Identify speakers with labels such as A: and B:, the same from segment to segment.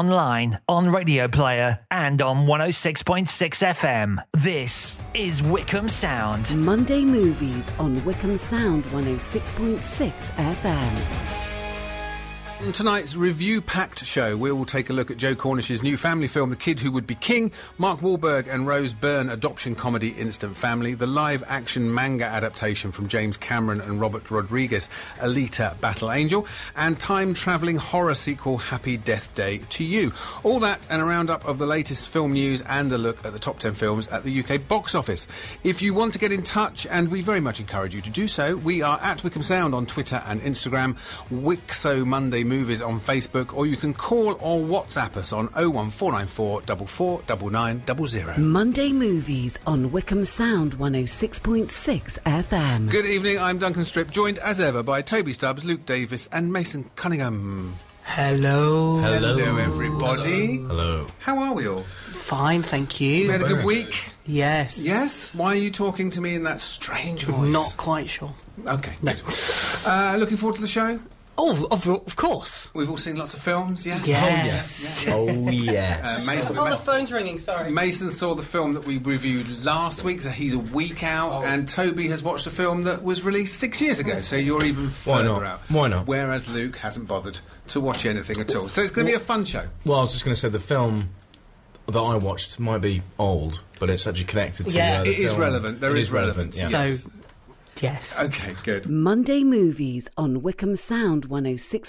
A: online, on Radio Player, and on 106.6 FM. This is Wickham Sound.
B: Monday Movies on Wickham Sound 106.6 FM.
C: In tonight's review packed show, we will take a look at Joe Cornish's new family film, The Kid Who Would Be King, Mark Wahlberg and Rose Byrne adoption comedy Instant Family, the live action manga adaptation from James Cameron and Robert Rodriguez, Alita Battle Angel, and time travelling horror sequel Happy Death Day to You. All that and a roundup of the latest film news and a look at the top 10 films at the UK box office. If you want to get in touch, and we very much encourage you to do so, we are at Wickham Sound on Twitter and Instagram, Wixo Monday Movies on Facebook, or you can call or WhatsApp us on 01494 449900.
B: Monday Movies on Wickham Sound 106.6 FM.
C: Good evening, I'm Duncan Strip, joined as ever by Toby Stubbs, Luke Davis, and Mason Cunningham.
D: Hello.
C: Hello, everybody.
E: Hello.
C: How are we all?
D: Fine, thank
C: We had
D: you.
C: a good week?
D: Yes.
C: Yes? Why are you talking to me in that strange voice?
D: Not quite sure.
C: Okay. good. Uh, looking forward to the show.
D: Oh, of, of course.
C: We've all seen lots of films, yeah?
D: Yes.
E: Oh yes.
C: Uh, Mason,
D: Oh, the phone's ringing, sorry.
C: Mason saw the film that we reviewed last week, so he's a week
E: Oh.
C: out, and Toby has watched a film that was released six years ago, so you're even
E: Why
C: further
E: not?
C: out.
E: Why not?
C: Whereas Luke hasn't bothered to watch anything at all. So it's going to be a fun show.
E: well, I was just going to say the film that I watched might be old, but it's actually connected to.
D: Yeah.
E: uh, the
C: It is
E: film.
C: relevant. There
E: It
C: is relevance.
E: Yeah.
D: So,
C: Yes. Uh,
D: yes.
C: Okay, good.
B: Monday Movies on Wickham Sound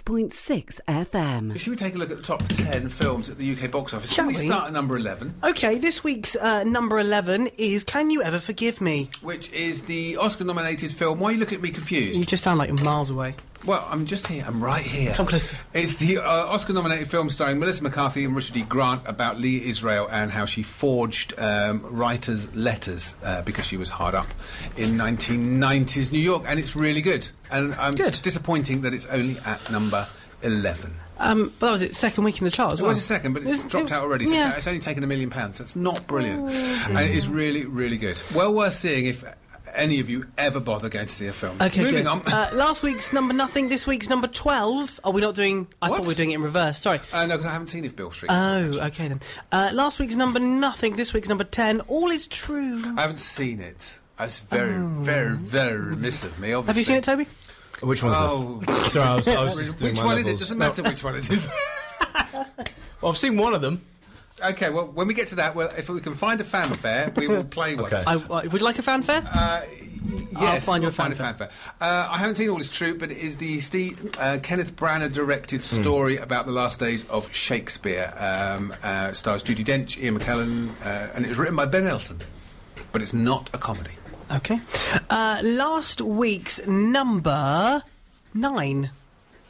B: 106.6 FM.
C: Should we take a look at the top 10 films at the UK box office? Shall
D: Shall
C: we
D: we?
C: start at number 11,
D: Okay, this week's uh, number 11 is Can You Ever Forgive Me?
C: which is the Oscar nominated film? Why you look at me confused?
D: You just sound like you're miles away.
C: Well, I'm just here. I'm right here.
D: Come closer.
C: It's the uh, Oscar-nominated film starring Melissa McCarthy and Richard E. Grant about Lee Israel and how she forged um, writers' letters uh, because she was hard up in 1990s New York, and it's really good. And I'm
D: Good.
C: disappointing that it's only at number 11.
D: Um, but that was its second week in the chart as
C: It
D: Oh, well.
C: was a second, but it's
D: Isn't
C: dropped
D: it-
C: out already. So
D: yeah. Mm.
C: it's, it's only taken a million pounds. That's not brilliant. And it is really, really good. Well worth seeing if any of you ever bother going to see a film.
D: Okay,
C: Moving
D: good.
C: on.
D: Uh, last week's number nothing, this week's number 12. Are we not doing. I
C: What?
D: thought we were doing it in reverse, sorry.
C: Uh, no, because I haven't seen If Bill Street.
D: Oh, okay then. Uh, last week's number nothing, this week's number 10. All is true.
C: I haven't seen it. That's very, very, very remiss of me, obviously.
D: Have you seen it, Toby?
E: Which one's
C: Oh.
E: this? Sorry, I was, I was just doing
C: Which
E: my
C: one is it?
E: levels.
C: Doesn't matter which one it is.
E: Well, I've seen one of them.
C: okay, well, when we get to that, well, if we can find a fanfare, we will play one.
E: Okay.
D: I, I would you like a fanfare.
C: Uh, Yes,
D: I'll find
C: we'll
D: you a
C: find
D: fanfare.
C: a fanfare. Uh, I haven't seen all this troop, but it is the Steve, uh, Kenneth Branagh directed
D: Hmm.
C: story about the last days of Shakespeare. Um, uh, stars Judy Dench, Ian McKellen, uh, and it was written by Ben Elton. But it's not a comedy.
D: okay. Uh, last week's number nine,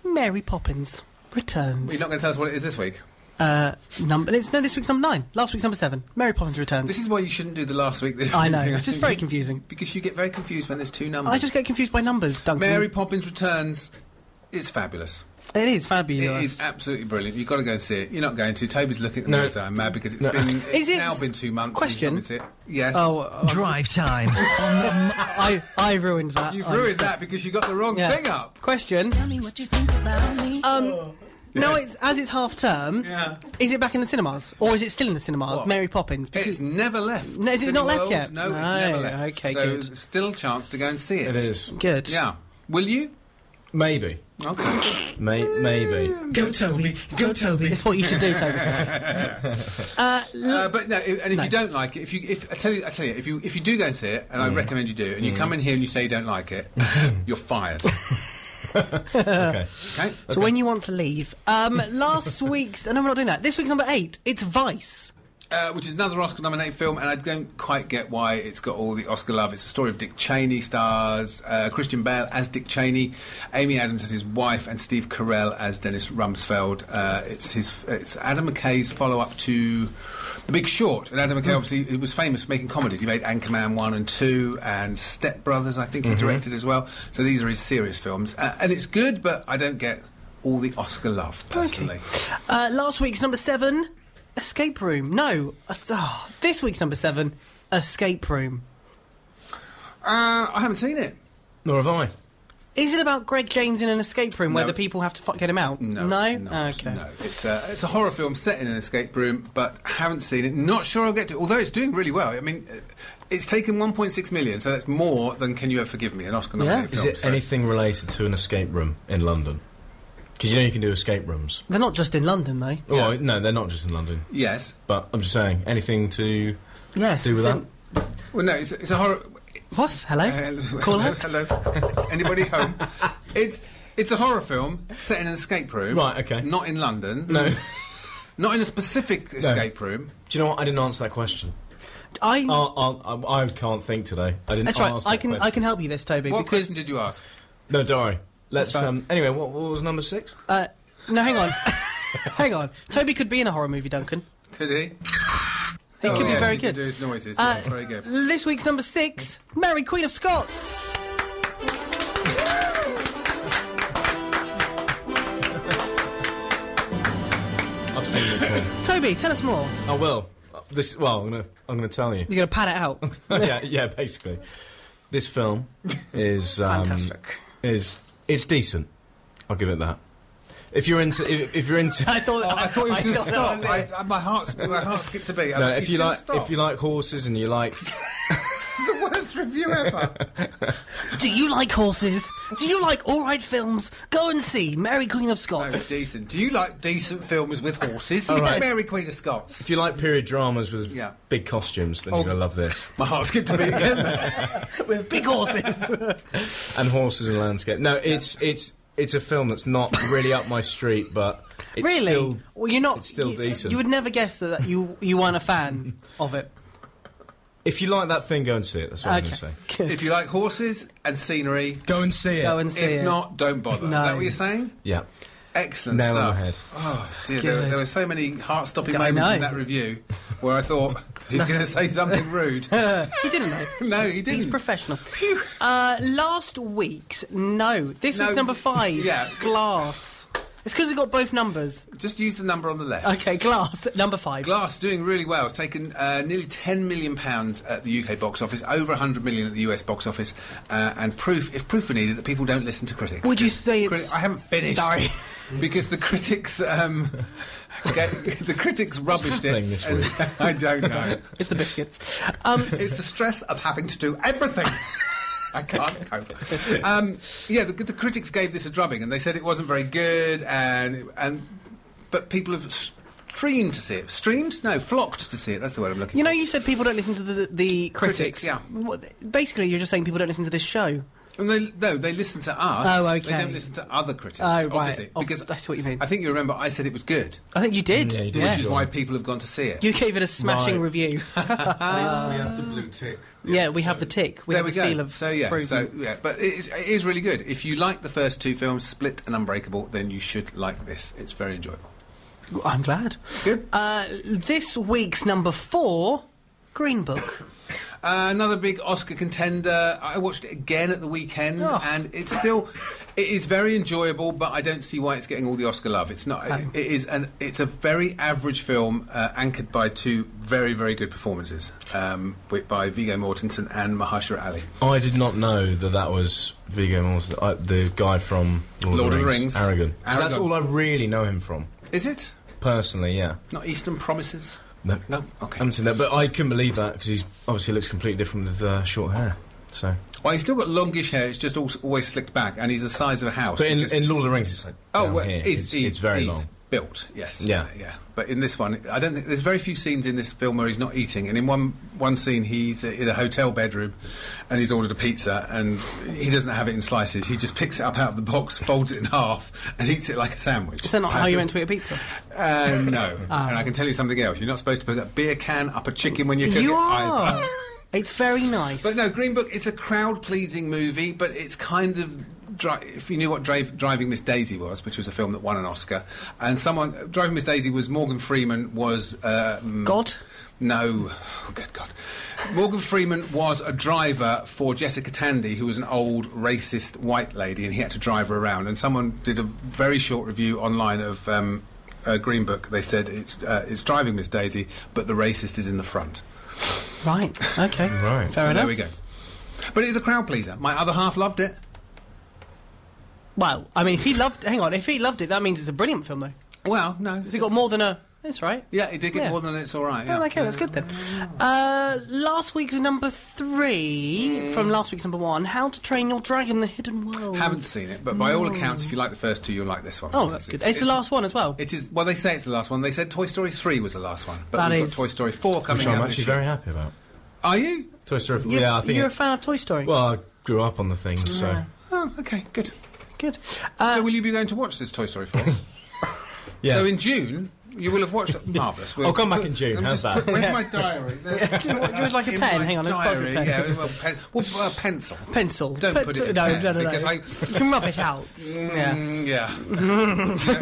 D: Mary Poppins
C: You're
D: returns.
C: not going to tell us what it is this week?
D: Uh, number it's, no, this week's number nine. Last week's number seven, Mary Poppins returns.
C: This is why you shouldn't do the last week this
D: I
C: week
D: know,
C: thing,
D: it's just
C: think.
D: very
C: You-
D: confusing.
C: Because you get very confused when there's two numbers.
D: I just get confused by numbers, Duncan.
C: Mary Poppins Returns is fabulous.
D: it
C: It
D: is
C: is
D: fabulous.
C: absolutely brilliant. You've got to go and see it. You're not going to. Toby's looking at me
E: No.
C: as though I'm mad because it's
E: No.
C: been it's
D: Is it-
C: now been two months.
D: Question?
C: And you've not been to it. Yes.
D: oh, uh,
A: Drive time on the
D: I I ruined that.
C: You've
D: I'm
C: ruined
D: sorry.
C: that because you got the wrong
D: Yeah.
C: thing up.
D: Question.
F: Tell me what you think about me.
D: Um, no, it's as it's half term.
C: Yeah.
D: Is it back in the cinemas or is it still in the cinemas?
C: What?
D: Mary Poppins.
C: It's never left.
D: No, is it
C: Cineworld,
D: not left yet?
C: No, it's
D: No,
C: never left.
D: okay,
C: so
D: good.
C: still a chance to go and see it.
E: It is.
D: good.
C: Yeah. Will you?
E: Maybe.
C: Okay.
E: May- maybe.
C: go Toby. Go Toby.
D: It's what you should do, Toby. uh, l-
C: Uh, but no, if, and if you don't like it, if you, if I tell you, I tell you, if you, if you do go and see it, and I recommend you do, and you come in here and you say you don't like it, you're fired.
E: Okay.
C: Okay.
D: So when you want to leave, um, last week's no, we're not doing that. This week's number eight. It's Vice.
C: Uh, which is another Oscar-nominated film, and I don't quite get why it's got all the Oscar love. It's the story of Dick Cheney, stars uh, Christian Bale as Dick Cheney, Amy Adams as his wife, and Steve Carell as Dennis Rumsfeld. Uh, it's his, it's Adam McKay's follow-up to The Big Short, and Adam McKay obviously he was famous for making comedies. He made Anchorman one and two, and Step Brothers, I think he directed as well. So these are his serious films, uh, and it's good, but I don't get all the Oscar love personally.
D: Uh, last week's number seven. Escape Room. No, es- ah, this week's number seven. Escape Room.
C: Uh, I haven't seen it.
E: Nor have I.
D: Is it about Greg James in an escape room where
C: No.
D: the people have to fu- get him out?
C: No,
D: no. Ah,
C: it's not.
D: Okay.
C: No, it's a it's a horror film set in an escape room, but haven't seen it. Not sure I'll get to. it, Although it's doing really well. I mean, uh, it's taken 1.6 million, so that's more than Can You Ever Forgive Me, an Oscar nominated
E: Is
C: film.
E: it
C: so-
E: anything related to an escape room in London? Because you know you can do escape rooms.
D: They're not just in London though.
E: Well, no, they're not just in London.
C: Yes.
E: But I'm just saying, anything to
D: Yes.
E: do with
D: it's
E: that?
D: in-
C: Well, no, it's, it's a horror.
D: What? Hello.
C: Uh, Hello,
D: Call her.
C: hello, hello. Anybody home? It's it's a horror film set in an escape room.
E: Right, okay.
C: Not in London.
E: No.
C: Not in a specific escape room.
E: Do you know what? I didn't answer that question.
D: I.
E: I'll, I'll, I I can't think today. I didn't.
D: that's
E: I'll
D: right.
E: ask
D: I
E: that
D: can.
E: question.
D: I can help you this, Toby.
C: What
D: because
C: question did you ask?
E: No, don't worry. Let's.
C: That's fine.
E: Um, anyway, what, what was number six?
D: uh, no, hang on, hang on. Toby could be in a horror movie, Duncan.
C: Could he?
D: He could be
C: Oh, yes,
D: very
C: he
D: good.
C: Can do his noises.
D: Uh,
C: yes, very good.
D: This week's number six, Mary Queen of Scots.
E: I've seen this one.
D: Toby, tell us more.
E: I will. Uh, This. Well, I'm gonna. I'm gonna tell you.
D: You're going to pad it out.
E: yeah. Yeah. Basically, this film is um,
D: Fantastic.
E: Is it's decent. I'll give it that. If you're into, if, if you're into,
D: I thought.
C: Oh, I thought he was going to stop.
D: thought that was
C: I,
D: it.
C: I, my heart, my heart skipped a beat. I
E: no,
C: was like,
E: if
C: he's
E: you
C: gonna
E: like,
C: stop.
E: if you like horses and you like,
C: the worst review ever.
D: Do you like horses? Do you like all right films? Go and see Mary Queen
C: Oh,
D: of Scots.
C: decent. Do you like decent films with horses?
E: All right.
C: Mary Queen of Scots.
E: if you like period dramas with
C: Yeah.
E: big costumes, then
C: Oh.
E: you're gonna love this.
C: My heart skipped a beat again.
D: With big horses.
E: And horses and landscape. No, it's it's it's a film that's not really up my street, but it's
D: really?
E: still-
D: well, you're not.
E: it's still
D: you,
E: decent.
D: You would never guess that, that you you weren't a fan of it.
E: if you like that thing, go and see it. That's what I'm gonna say.
C: if you like horses and scenery,
E: Go and see it.
D: Go and see
C: if
D: it.
C: not, don't bother.
D: No.
C: Is that what you're saying?
E: yeah.
C: Excellent
E: Nail
C: stuff.
E: on the head.
C: Oh dear, there,
D: Good.
C: there were so many heart-stopping
D: I
C: moments in
D: know.
C: that review where I thought he's going to say something rude.
D: He didn't know.
C: no, he
D: He's
C: didn't.
D: professional. Uh, last week's no. This
C: No,
D: week's number five.
C: yeah.
D: Glass. It's because it got both numbers.
C: Just use the number on the left.
D: Okay, glass. Number five.
C: Glass doing really well. It's taken uh, nearly ten million pounds at the UK box office, over hundred million at the US box office, uh, and proof, if proof were needed, that people don't listen to critics.
D: Would you
C: Because
D: say
C: criti-
D: it's-
C: I haven't finished.
D: Sorry.
C: because the critics, um, get, the critics rubbished it.
E: happening this
C: as- I don't know.
D: It's the biscuits. Um,
C: It's the stress of having to do everything. I can't cope. Um, yeah, the, the critics gave this a drubbing, and they said it wasn't very good, and and but people have streamed to see it. Streamed? No, flocked to see it. That's the word I'm looking
D: you
C: for.
D: know, you said people don't listen to the, the critics.
C: Critics, yeah.
D: What, basically, you're just saying people don't listen to this show.
C: And they, no, they listen to us.
D: Oh,
C: They
D: okay.
C: don't listen to other critics.
D: Oh, right.
C: obviously,
D: Oh,
C: because
D: that's what you mean.
C: I think you remember I said it was good,
D: I think you did.
E: Yeah, you did.
D: Yes.
C: which is
E: Sure.
C: why people have gone to see it.
D: You gave it a smashing
E: Right.
D: review.
G: we have the blue tick.
D: yeah, we have the tick. We
C: there
D: have
C: we
D: the seal
C: go.
D: of
C: So yeah,
D: approval.
C: so yeah, but it is, it is really good. If you like the first two films, Split and Unbreakable, then you should like this. It's very enjoyable.
D: I'm glad.
C: Good.
D: Uh, this week's number four, Green Book.
C: Uh, another big Oscar contender. I watched it again at the weekend,
D: Oh.
C: and it's still, it is very enjoyable. But I don't see why it's getting all the Oscar love. It's not.
D: Oh.
C: It, it is an. It's a very average film, uh, anchored by two very very good performances, um, wi- by Viggo Mortensen and Mahershala Ali.
E: I did not know that that was Viggo Mortensen, uh, the guy from Lord,
C: Lord
E: of
C: of the Rings.
E: Aragon. 'Cause That's
C: Aragon.
E: all I really know him from,
C: Is it
E: personally. Yeah.
C: not Eastern Promises?
E: No,
C: No. Okay.
E: I haven't seen that, but I couldn't believe that because he's obviously looks completely different with uh, short hair. So,
C: well, he's still got longish hair. It's just al always slicked back, and he's the size of a house.
E: but in,
C: because-
E: in Lord of the Rings, it's like
C: Oh,
E: down
C: well,
E: here.
C: he's-
E: it's,
C: he's-
E: it's very
C: he's
E: long.
C: Built, yes.
E: Yeah.
C: yeah. But in this one, I don't think there's very few scenes in this film where he's not eating. And in one one scene, he's in a hotel bedroom, and he's ordered a pizza, and he doesn't have it in slices. He just picks it up out of the box, folds it in half, and eats it like a sandwich.
D: Is that not how you meant to Ah. eat a pizza?
C: Uh, no. and I can tell you something else. You're not supposed to put a beer can up a chicken when you cook it.
D: you
C: either.
D: are. it's very nice.
C: But no, Green Book. It's a crowd-pleasing movie, but it's kind of dri- if you knew what Drive- Driving Miss Daisy was, which was a film that won an Oscar, and someone Driving Miss Daisy was Morgan Freeman was um,
D: Mm. God?
C: No, oh, good God, Morgan Freeman was a driver for Jessica Tandy, who was an old racist white lady, and he had to drive her around. And someone did a very short review online of. Um, uh, Green Book. They said it's uh, it's driving Miss Daisy, but the racist is in the front.
D: Right. Okay.
E: Right.
C: So
D: Fair enough.
C: There we go. But it is a crowd pleaser. My other half loved it.
D: Well, I mean, if he loved, hang on, if he loved it, that means it's a brilliant film, though.
C: Well, no.
D: Has it got more than a? That's right.
C: Yeah, it did get
D: Yeah.
C: more than it's all right. Yeah.
D: Oh, okay, that's good then. Uh, last week's number three from last week's number one: How to Train Your Dragon: The Hidden World.
C: Haven't seen it, but by all accounts, if you like the first two, you'll like this one.
D: Oh, that's good. It's, the last one as well.
C: It is. Well, they say it's the last one. They said Toy Story three was the last one, but
D: That
C: we've
D: is-
C: got Toy Story four coming
E: Which
C: out.
E: I'm
C: this
E: actually
C: year.
E: very happy about.
C: Are you?
E: Toy Story.
D: You-
E: yeah, I think.
D: you're
E: it-
D: a fan of Toy Story.
E: well, I grew up on the thing, so
C: Oh, okay, good.
D: good. Uh,
C: so, will you be going to watch this Toy Story four?
E: yeah.
C: So in June. You will have watched it. Marvellous. We'll
E: I'll come back
C: put-
E: in June,
C: let me just
E: how's that?
C: put- where's my diary?
D: You would like a
C: In
D: pen?
C: my
D: Hang on, let's borrow
C: diary.
D: your pen.
C: Yeah, well, pen. Well, uh, pencil.
D: pencil.
C: Don't
D: Pe-
C: put it in
D: no,
C: pen,
D: no, no, no.
C: because I-
D: you can rub it out. yeah.
C: Mm, yeah.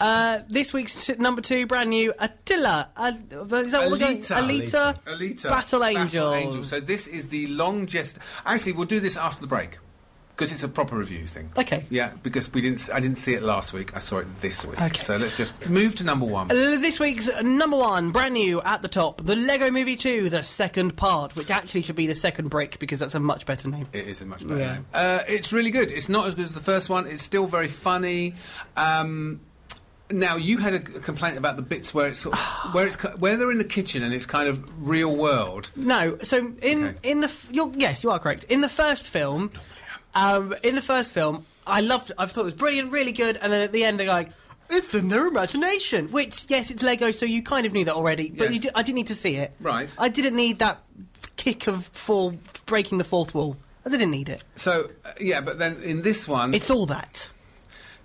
D: Uh, this week's t- number two, brand new Attila. Uh, is that what we're going?
C: Alita.
D: Alita.
C: Alita.
D: Battle Angel.
C: So this is the long gest. Actually, we'll do this after the break because it's a proper review thing.
D: Okay.
C: Yeah, because we didn't. s- I didn't see it last week. I saw it this week.
D: Okay.
C: So let's just move to number one.
D: Uh, This week's number one, brand new at the top, the Lego Movie 2, the second part, which actually should be the second brick because that's a much better name.
C: It is a much better
D: Yeah.
C: name. Uh, it's really good. It's not as good as the first one. It's still very funny. Um, now you had a g- complaint about the bits where it's sort of, where it's ki- where they're in the kitchen and it's kind of real world.
D: No, so in
C: Okay.
D: in the f- you're, yes, you are correct. In the first film, um, in the first film, I loved. I thought it was brilliant, really good, and then at the end they're like. It's in their imagination, which yes, it's Lego, so you kind of knew that already. But
C: Yes.
D: you di- I didn't need to see it.
C: Right.
D: I didn't need that kick of for breaking the fourth wall. I didn't need it.
C: So uh, yeah, but then in this one,
D: It's all that.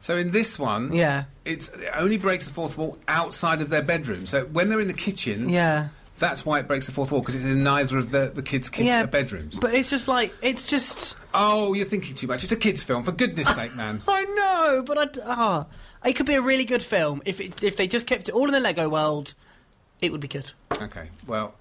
C: so in this one,
D: Yeah.
C: it's it only breaks the fourth wall outside of their bedroom. So when they're in the kitchen,
D: Yeah.
C: that's why it breaks the fourth wall because it's in neither of the, the kids' kids'
D: yeah.
C: bedrooms.
D: But it's just like it's just.
C: oh, you're thinking too much. It's a kids' film, for goodness' sake, man.
D: I know, but I. d- Ah, it could be a really good film if it, if they just kept it all in the Lego world. It would be good.
C: Okay, well,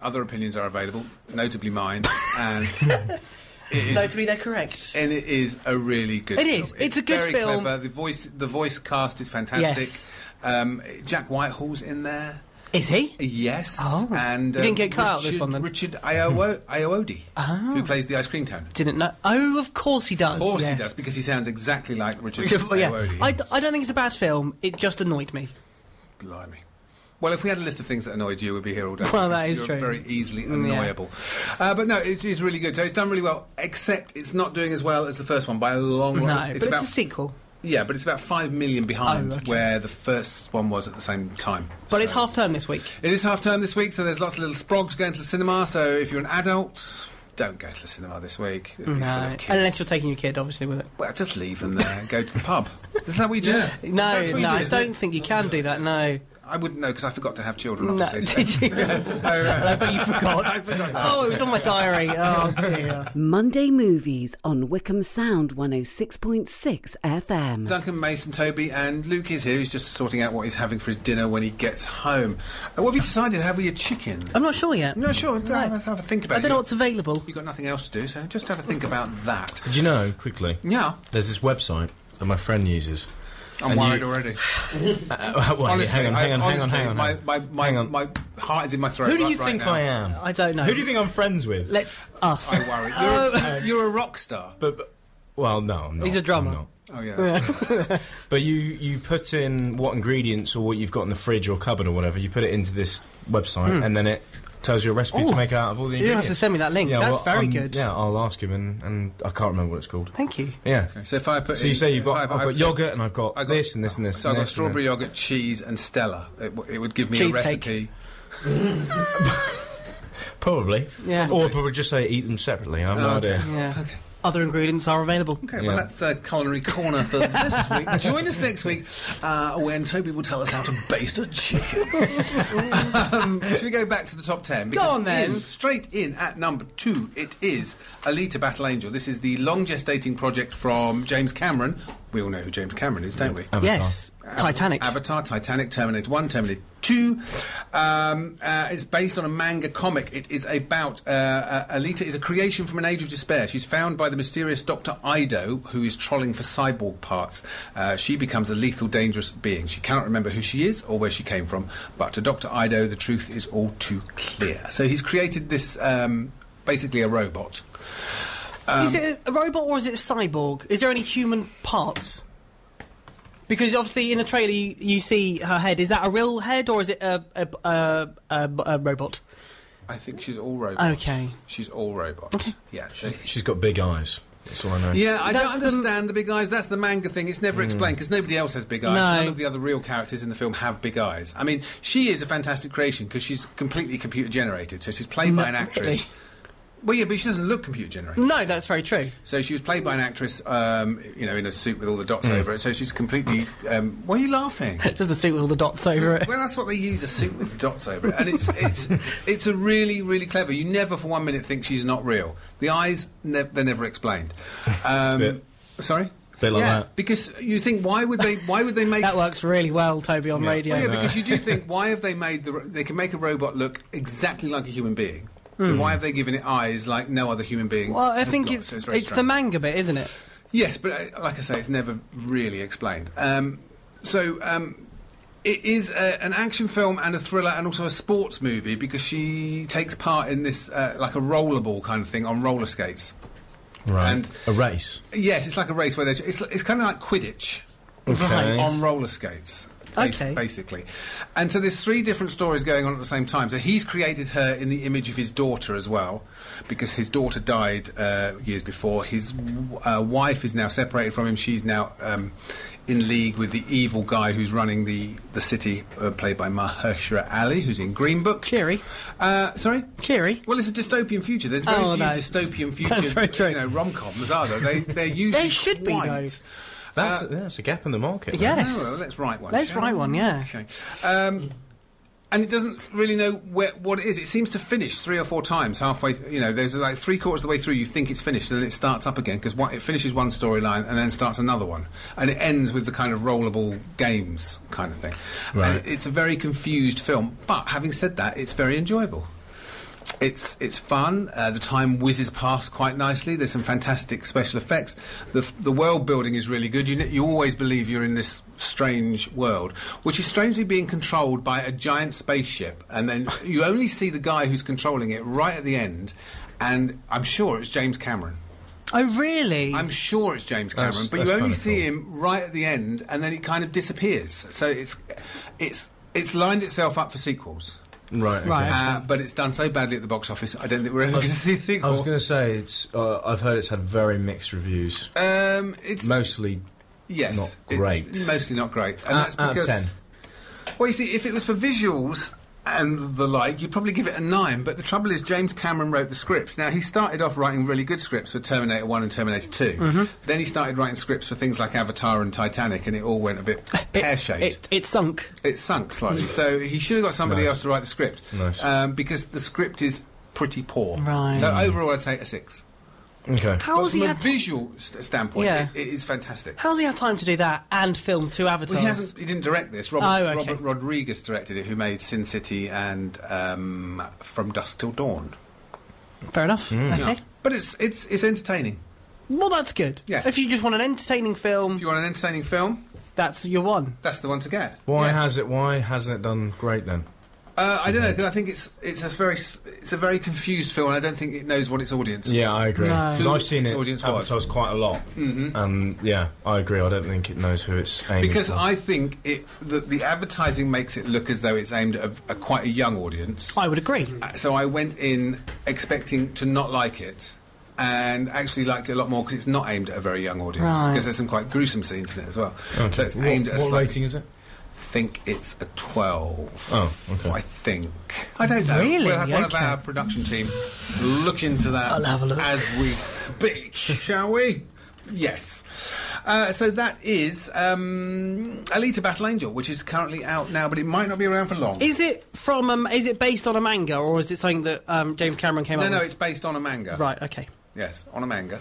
C: other opinions are available, notably mine, and it
D: No,
C: is,
D: to be they're correct.
C: and it is a really good.
D: It
C: film.
D: is. It's a good
C: very
D: film.
C: Clever. The voice, the voice cast is fantastic.
D: Yes.
C: Um, Jack Whitehall's in there.
D: Is he?
C: Yes.
D: Oh.
C: And um,
D: You didn't get cut out of this
C: Richard-
D: one, then? Hmm. Ah.
C: Richard Iowo- Iowodi, who plays the ice cream cone.
D: Didn't know. Oh, of course he does.
C: Of course
D: Yes.
C: he does, because he sounds exactly like Richard
D: Well, yeah,
C: Iowodi.
D: I, d- I don't think it's a bad film. It just annoyed me.
C: Blimey. Well, if we had a list of things that annoyed you, we'd be here all day.
D: Well, that
C: because
D: is
C: you're
D: true.
C: Very easily
D: Mm, yeah.
C: annoyable. Uh, but no, it is really good. So it's done really well, except it's not doing as well as the first one by a long
D: No,
C: way.
D: but
C: about
D: it's a sequel.
C: yeah, but it's about five million behind
D: Oh, okay.
C: where the first one was at the same time.
D: But it's
C: So-
D: half term this week.
C: It is half term this week, so there's lots of little sprogs going to the cinema. So if you're an adult, don't go to the cinema this week. It'll be full of
D: No,
C: kids.
D: unless you're taking your kid, obviously, with it.
C: well, just leave them there and go to the pub. Is that what you do?
G: Yeah.
C: That's
D: No, no,
C: what you do,
D: I
C: isn't it?
D: don't think you can do that. No,
C: I wouldn't know because I forgot to have children.
D: no.
C: Obviously, so-
D: Did you?
C: So, uh,
D: I bet you forgot. oh, it was on my diary. Oh dear.
B: Monday Movies on Wickham Sound 106.6 FM.
C: Duncan, Mason, Toby, and Luke is here. He's just sorting out what he's having for his dinner when he gets home. Uh, what have you decided to have with your
E: Uh,
C: chicken?
D: I'm not sure yet.
C: I'm not sure. Have, a- have a think about
D: I
C: it.
D: don't know what's available.
C: You've got nothing else to do, so just have a think about that.
E: Did you know quickly?
C: Yeah,
E: There's this website that my friend uses.
C: I'm
E: And
C: worried
E: you-
C: already.
E: Uh, well,
C: honestly,
E: hang on,
C: I-
E: hang on,
C: honestly,
E: hang on, hang on.
C: My, my, my,
E: hang on.
C: my heart is in my throat.
E: Who do you
C: right
E: think
C: now.
E: I am?
D: I don't know.
E: Who do you think I'm friends with?
D: Let's us.
C: I worry.
E: Oh.
C: You're, a- you're a rock star.
E: but, but well, no, I'm not.
D: He's a drummer.
E: I'm not.
C: Oh yeah. That's true.
E: But you you put in what ingredients or what you've got in the fridge or cupboard or whatever. You put it into this website, and then it tells you a recipe
D: Hmm. Ooh.
E: to make out of all the
D: You don't have
E: ingredients.
D: to send me that link.
E: Yeah,
D: That's
E: well,
D: very
E: um,
D: good.
E: Yeah, I'll ask him, and, and I can't remember what it's called.
D: Thank you.
E: Yeah.
C: So if I put,
E: So you
C: in-
E: say you've
C: if
E: got,
C: I-
E: I've
C: I
E: got
C: put-
E: yogurt, and I've got,
C: I got-
E: this, and this, and this.
C: So I've
E: and
C: got
E: this, and
C: strawberry
E: that.
C: yogurt, cheese, and Stella. It, w- it would give me
D: Cheesecake.
C: a recipe.
E: Probably.
D: Yeah.
E: Or probably just say eat them separately. I have no
C: Oh,
E: idea.
D: Yeah.
C: Okay.
D: Other ingredients are available.
C: Okay,
E: Yeah.
C: well, that's uh, Culinary Corner for this week. Join us next week uh, when Toby will tell us how to baste a chicken. um, should we go back to the top ten? Because
D: on then.
C: in- straight in at number two, it is Alita Battle Angel. This is the long gestating project from James Cameron. We all know who James Cameron is, don't we?
E: Avatar.
D: Yes. Titanic.
C: Avatar, Titanic, Terminator 1, Terminator 2. Um, uh, it's based on a manga comic. It is about. Uh, uh, Alita is a creation from an age of despair. She's found by the mysterious Dr. Ido, who is trolling for cyborg parts. Uh, she becomes a lethal, dangerous being. She cannot remember who she is or where she came from, but to Dr. Ido, the truth is all too clear. So he's created this um, basically a robot.
D: is it a robot or is it a cyborg? Is there any human parts? Because obviously in the trailer you, you see her head. Is that a real head or is it a a, a, a, a robot?
C: I think she's all robot.
D: Okay.
C: She's all robot. Yeah. So
E: She's got big eyes. That's all I know.
C: Yeah, I
D: That's
C: don't
D: the-
C: understand the, big eyes. That's the manga thing. It's never explained because nobody else has big eyes.
D: No.
C: None of the other real characters in the film have big eyes. I mean, she is a fantastic creation because she's completely computer generated. So she's played by an actress. Well, yeah, but she doesn't look computer generated.
D: No, that's very true.
C: So she was played by an actress, um, you know, in a suit with all the dots over it. So she's completely. Um, why are you laughing?
D: Just the suit with all the dots over it.
C: Well, that's what they use—a suit with dots over it, and it's it's it's a really really clever. You never for one minute think she's not real. The eyes—they're never explained. Um,
E: bit-
C: sorry,
E: bit like
C: yeah,
E: that.
C: because you think why would they why would they make
D: That works really well, Toby, on radio.
C: well, yeah, because you do think why have they made the ro- they can make a robot look exactly like a human being.
E: Hmm.
C: So why have they given it eyes like no other human being?
D: Well, I
C: has
D: think
C: got?
D: it's
C: So
D: it's,
C: very
D: the
C: strange.
D: manga bit, isn't it?
C: Yes, but uh, like I say, it's never really explained. Um, so um, it is a, an action film and a thriller and also a sports movie because she takes part in this uh, like a rollerball kind of thing on roller skates.
E: Right.
C: And-
E: a race.
C: Yes, it's like a race where there's it's it's kind of like Quidditch
E: Okay.
C: on roller skates. bas-
D: Okay.
C: Basically. And so there's three different stories going on at the same time. So he's created her in the image of his daughter as well, because his daughter died uh, years before. His w- uh, wife is now separated from him. She's now um, in league with the evil guy who's running the, the city, uh, played by Mahershala Ali, who's in Green Book.
D: Cheery.
C: Uh, sorry?
D: Cheery.
C: Well, it's a dystopian future. There's very
D: Oh,
C: few
D: no.
C: dystopian
D: That's very
C: future
D: true.
C: you know, rom-coms, are there? They, they're usually
D: should be,
C: quite-
D: though.
C: Uh,
E: That's, yeah, that's a gap in the market.
D: Yeah.
E: right?
D: Yes.
C: Oh, well, let's write one.
D: Let's
C: shall
D: write
C: we?
D: one, yeah.
C: Okay. Um, and it doesn't really know where, what it is. It seems to finish three or four times halfway. th- You know, there's like three quarters of the way through, you think it's finished, and then it starts up again because it finishes one storyline and then starts another one, and it ends with the kind of rollable games kind of thing.
E: Right.
C: And it's a very confused film, but having said that, it's very enjoyable. It's it's fun. Uh, the time whizzes past quite nicely. There's some fantastic special effects. The the world building is really good. You kn- you always believe you're in this strange world, which is strangely being controlled by a giant spaceship, and then you only see the guy who's controlling it right at the end. And I'm sure it's James Cameron.
D: Oh, really?
C: I'm sure it's James Cameron,
E: That's-
C: but
E: that's
C: you only
E: kinda
C: see
E: cool.
C: him right at the end, and then it kind of disappears. So it's it's it's lined itself up for sequels.
E: Right. okay.
D: Right.
C: Uh, but it's done so badly at the box office, I don't think we're ever going to see a
E: I
C: sequel.
E: was going to say it's. Uh, I've heard it's had very mixed reviews.
C: Um, it's
E: Mostly.
C: yes,
E: not
C: it-
E: great.
C: mostly not great, and
E: Out-
C: that's
E: out of
C: because.
E: 10.
C: Well, you see, if it was for visuals and the like, you'd probably give it a nine. But the trouble is, James Cameron wrote the script. Now he started off writing really good scripts for Terminator One and Terminator 2 Then he started writing scripts for things like Avatar and Titanic, and it all went a bit pear shaped.
D: It, it sunk.
C: It sunk slightly, so he should have got somebody
E: Nice.
C: else to write the script.
E: Nice.
C: Um, because the script is pretty poor.
D: Right.
C: So overall, I'd say a six.
E: Okay.
D: How
C: But
D: has
C: from
D: he
C: a
D: had?
C: visual st- standpoint,
D: Yeah.
C: it, it is fantastic.
D: How's he had time to do that and film two avatars?
C: Well, he hasn't. He didn't direct this. Robert,
D: Oh, okay.
C: Robert Rodriguez directed it, who made Sin City and um, From Dusk Till Dawn.
D: Fair enough.
C: Hmm.
D: Okay.
C: But it's it's it's entertaining.
D: Well, that's good.
C: Yes.
D: If you just want an entertaining film,
C: If you want an entertaining film,
D: that's your one.
C: that's the one to get.
E: Why
C: Yes.
E: has it? Why hasn't it done great then?
C: Uh, I don't know because I think it's it's a very s- it's a very confused film, and I don't think it knows what its audience.
E: Yeah, I agree.
D: No.
E: Because
C: Who
E: I've seen
C: its
E: it
C: audience was.
E: advertised quite a lot. Mm-hmm. Um, yeah, I agree. I don't think it knows who it's aiming
C: Because
E: for.
C: I think it, the, the advertising makes it look as though it's aimed at a, a quite a young audience.
D: I would agree.
C: So I went in expecting to not like it, and actually liked it a lot more because it's not aimed at a very young audience.
D: Right.
C: Because there's some quite gruesome scenes in it as well.
E: Okay.
C: So it's
E: what,
C: aimed at a
E: what
C: slightly-
E: rating is it?
C: think it's a 12.
E: Oh, okay.
C: I think. I don't know.
D: Really?
C: We'll have one of
D: Okay.
C: our production team look into that
D: I'll have a look.
C: as we speak, shall we? Yes. Uh, so that is um, Alita Battle Angel, which is currently out now, but it might not be around for long.
D: Is it from? Um, is it based on a manga or is it something that um, James Cameron came
C: no,
D: up
C: no,
D: with?
C: it's based on a manga.
D: Right. Okay.
C: Yes, on a manga.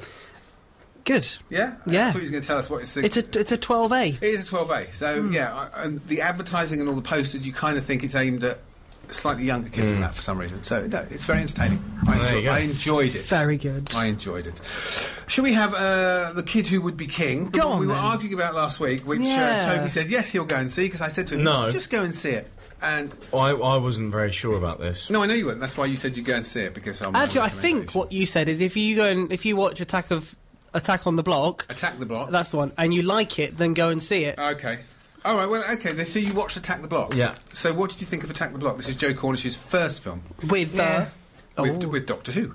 D: Good.
C: Yeah?
D: Yeah.
C: I thought you were going to tell us what it's.
D: It's a it's a twelve A.
C: It is a 12A. So,
D: Hmm.
C: yeah, I- and the advertising and all the posters, you kind of think it's aimed at slightly younger kids than
D: Hmm.
C: that for some reason. So, no, it's very entertaining. I,
E: There
C: enjoy-
E: you go.
C: I enjoyed it.
D: Very good.
C: I enjoyed it. Shall we have uh, the kid who would be king? The
D: Go
C: one
D: on
C: we were
D: then.
C: arguing about last week, which
D: Yeah.
C: uh, Toby said yes, he'll go and see because I said to him,
E: No.
C: just go and see it. And
E: I, I wasn't very sure about this.
C: no, I know you weren't. That's why you said you'd go and see it because I'm.
D: Actually, I think what you said is if you go and if you watch Attack of Attack on the Block,
C: Attack the Block.
D: that's the one, and you like it, then go and see it.
C: Okay. All right. Well, okay. then, So you watched Attack the Block.
E: Yeah.
C: So what did you think of Attack the Block? This is Joe Cornish's first film
D: With uh,
A: Yeah.
C: with, with Doctor Who.